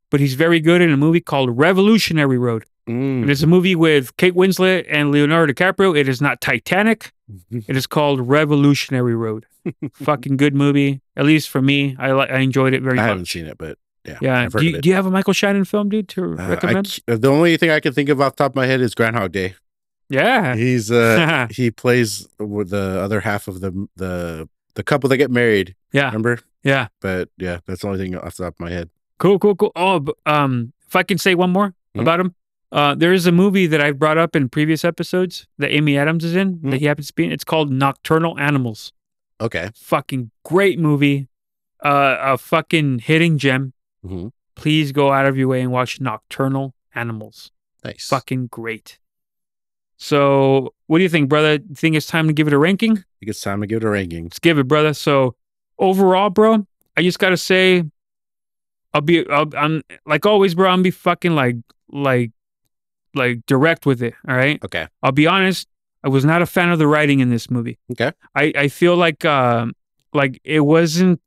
Speaker 3: but he's very good in a movie called Revolutionary Road.
Speaker 4: Mm.
Speaker 3: It is a movie with Kate Winslet and Leonardo DiCaprio. It is not Titanic. It is called Revolutionary Road. Fucking good movie, at least for me. I li- I enjoyed it very
Speaker 4: I haven't
Speaker 3: much.
Speaker 4: seen it, but yeah.
Speaker 3: Yeah.
Speaker 4: I've
Speaker 3: Do
Speaker 4: heard of
Speaker 3: you,
Speaker 4: it.
Speaker 3: do you have a Michael Shannon film, dude, to
Speaker 4: Uh, I
Speaker 3: recommend?
Speaker 4: c- the only thing I can think of off the top of my head is Groundhog Day.
Speaker 3: yeah.
Speaker 4: He's uh he plays with the other half of the the the couple that get married.
Speaker 3: yeah.
Speaker 4: Remember?
Speaker 3: Ah, Yeah.
Speaker 4: But yeah, that's the only thing off the top of my head.
Speaker 3: Cool, cool, cool. Oh, b- um, if I can say one more
Speaker 4: Mhm.
Speaker 3: about him, uh, there is a movie that I've brought up in previous episodes that Amy Adams is in
Speaker 4: Hmm?
Speaker 3: that he happens to be in. It's called Nocturnal Animals.
Speaker 4: Okay.
Speaker 3: Fucking great movie, uh, a fucking hitting gem.
Speaker 4: hmm
Speaker 3: Please go out of your way and watch Nocturnal Animals.
Speaker 4: Nice.
Speaker 3: Fucking great. So, what do you think, brother? Think it's time to give it a ranking?
Speaker 4: I think it's time to give it a ranking.
Speaker 3: Let's give it, brother. So overall, bro, I just gotta say, I'll be, I'll, I'm like always, bro. I'm be fucking like, like, like direct with it. All right.
Speaker 4: Okay.
Speaker 3: I'll be honest. I was not a fan of the writing in this movie.
Speaker 4: Okay.
Speaker 3: I, I feel like, um, like it wasn't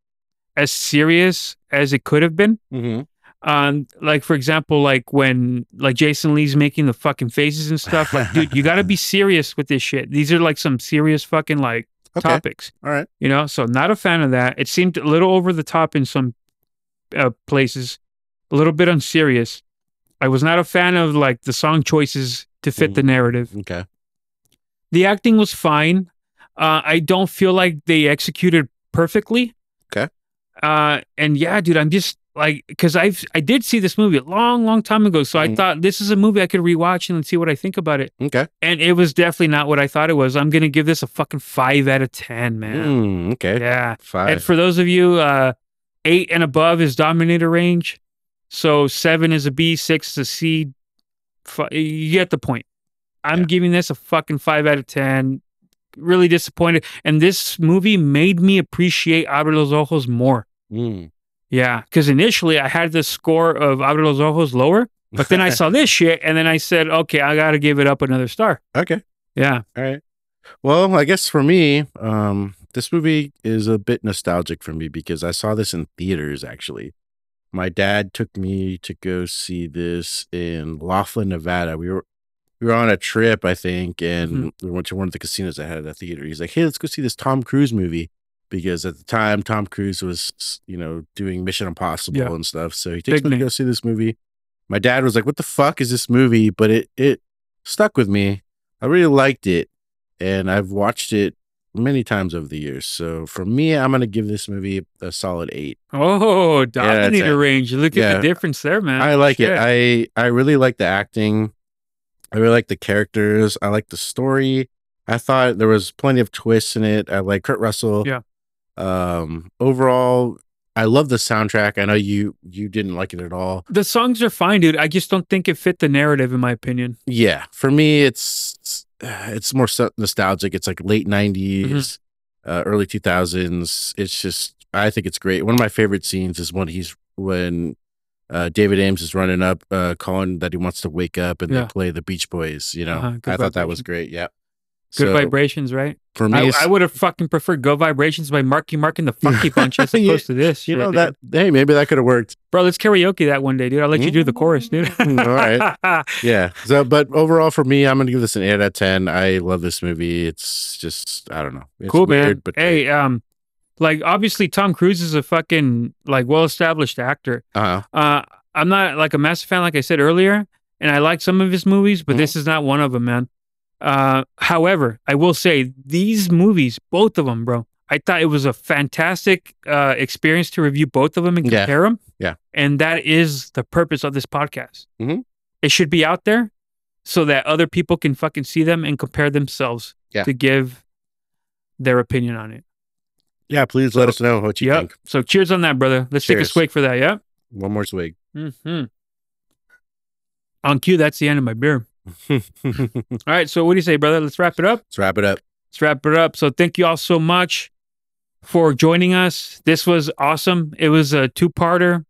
Speaker 3: as serious as it could have been.
Speaker 4: Mm-hmm.
Speaker 3: Um, like for example, like when like Jason Lee's making the fucking faces and stuff. Like, dude, you gotta be serious with this shit. These are like some serious fucking like
Speaker 4: Okay.
Speaker 3: topics
Speaker 4: All right.
Speaker 3: you know so not a fan of that it seemed a little over the top in some uh, places a little bit unserious i was not a fan of like the song choices to fit
Speaker 4: Mm-hmm.
Speaker 3: the narrative
Speaker 4: Okay.
Speaker 3: the acting was fine uh, i don't feel like they executed perfectly
Speaker 4: Okay.
Speaker 3: uh, and yeah dude i'm just like because i've i did see this movie a long long time ago so i
Speaker 4: Mhm.
Speaker 3: thought this is a movie i could rewatch and see what i think about it
Speaker 4: Okay.
Speaker 3: and it was definitely not what i thought it was i'm gonna give this a fucking five out of ten man
Speaker 4: Mm, okay.
Speaker 3: yeah
Speaker 4: Five.
Speaker 3: and for those of you, uh, eight and above is dominator range. So seven is a B, six is a C. F- you get the point. I'm
Speaker 4: Yeah.
Speaker 3: giving this a fucking five out of 10. Really disappointed. And this movie made me appreciate Abre los Ojos more.
Speaker 4: Mm.
Speaker 3: Yeah. Because initially I had this score of Abre los Ojos lower, but then I saw this shit and then I said, okay, I got to give it up another star.
Speaker 4: okay.
Speaker 3: Yeah.
Speaker 4: All right. Well, I guess for me, um, this movie is a bit nostalgic for me because I saw this in theaters actually. My dad took me to go see this in Laughlin, Nevada. We were we were on a trip, I think, and
Speaker 3: Mm-hmm.
Speaker 4: we went to one of the casinos that had a theater. He's like, "Hey, let's go see this Tom Cruise movie," because at the time Tom Cruise was, you know, doing Mission Impossible
Speaker 3: Yeah.
Speaker 4: and stuff. So he takes
Speaker 3: Big
Speaker 4: me
Speaker 3: name.
Speaker 4: to go see this movie. My dad was like, "What the fuck is this movie?" But it it stuck with me. I really liked it, and I've watched it many times over the years. So for me, I'm gonna give this movie a solid eight.
Speaker 3: Oh,
Speaker 4: that's
Speaker 3: dominator
Speaker 4: it.
Speaker 3: range. Look
Speaker 4: Yeah.
Speaker 3: at the difference there, man.
Speaker 4: I like
Speaker 3: Shit.
Speaker 4: it. I I really like the acting. I really like the characters. I like the story. I thought there was plenty of twists in it. I like Kurt Russell.
Speaker 3: Yeah.
Speaker 4: Um. Overall, I love the soundtrack. I know you you didn't like it at all.
Speaker 3: The songs are fine, dude. I just don't think it fit the narrative, in my opinion.
Speaker 4: Yeah. For me, it's it's more so- nostalgic. It's like late 90s uh, early two thousands. It's just I think it's great. One of my favorite scenes is when he's when uh, David Ames is running up, uh, calling that he wants to wake up, and
Speaker 3: Yeah.
Speaker 4: they play the Beach Boys. You know,
Speaker 3: Uh-huh,
Speaker 4: I
Speaker 3: good
Speaker 4: thought that was
Speaker 3: vibration.
Speaker 4: great. Yeah,
Speaker 3: Good
Speaker 4: So,
Speaker 3: vibrations, right?
Speaker 4: for me.
Speaker 3: I,
Speaker 4: it's-
Speaker 3: I would have fucking preferred "Go Vibrations" by Marky Mark and the Funky Bunch as
Speaker 4: You-
Speaker 3: opposed to this.
Speaker 4: you
Speaker 3: shit,
Speaker 4: know
Speaker 3: dude.
Speaker 4: that hey, maybe that could have worked.
Speaker 3: bro. Let's karaoke that one day, dude. I'll let you do the chorus, dude.
Speaker 4: Mm, All right. Yeah. So, but overall, for me, I'm gonna give this an eight out of ten. I love this movie. It's just I don't know. It's
Speaker 3: cool, man.
Speaker 4: weird, But
Speaker 3: hey, um, like obviously Tom Cruise is a fucking like well-established actor.
Speaker 4: uh
Speaker 3: Uh, I'm not like a massive fan, like I said earlier, and I like some of his movies, but
Speaker 4: Mhm.
Speaker 3: this is not one of them, man. Uh, however, I will say these movies, both of them, bro. I thought it was a fantastic uh, experience to review both of them and
Speaker 4: Yeah.
Speaker 3: compare them.
Speaker 4: Yeah.
Speaker 3: and that is the purpose of this podcast.
Speaker 4: Mhm.
Speaker 3: It should be out there so that other people can fucking see them and compare themselves
Speaker 4: Yeah.
Speaker 3: to give their opinion on it.
Speaker 4: yeah. Please let us know what you
Speaker 3: Yep.
Speaker 4: think.
Speaker 3: So cheers on that, brother. Let's take a
Speaker 4: Cheers.
Speaker 3: swig for that. Yeah.
Speaker 4: One more swig.
Speaker 3: Mm-hmm. On cue, that's the end of my beer.
Speaker 4: Let's
Speaker 3: All right, so what do you say, brother? Let's wrap it up.
Speaker 4: wrap it up.
Speaker 3: Let's wrap it up. So thank you all so much for joining us. This was awesome. It was a two-parter.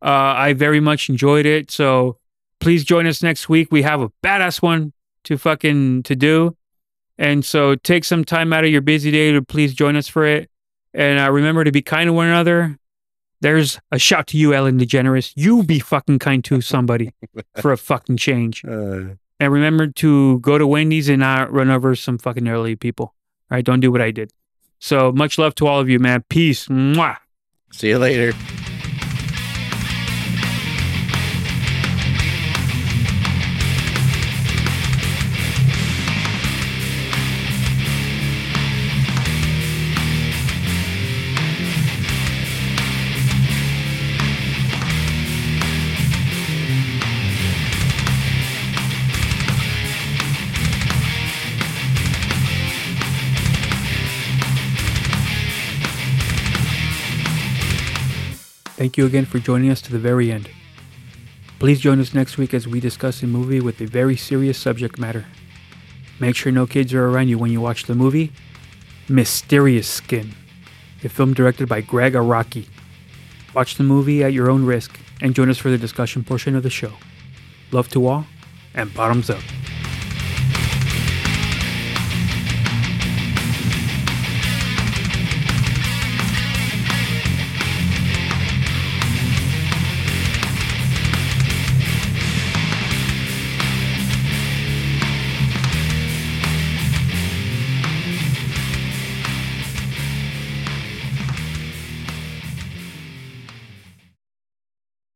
Speaker 3: Uh, I very much enjoyed it. So please join us next week. We have a badass one to fucking to do, and so take some time out of your busy day to please join us for it. And uh, remember to be kind to one another.
Speaker 5: There's a shout to you, Ellen DeGeneres. You be fucking kind to somebody for a fucking change.
Speaker 4: Uh,
Speaker 5: And remember to go to Wendy's and not run over some fucking elderly people. All right, don't do what I did. So much love to all of you, man. Peace. Mwah.
Speaker 4: see you later.
Speaker 3: Thank you again for joining us to the very end. Please join us next week as we discuss a movie with a very serious subject matter. Make sure no kids are around you when you watch the movie Mysterious Skin, a film directed by Greg Araki. Watch the movie at your own risk and join us for the discussion portion of the show. Love to all and bottoms up.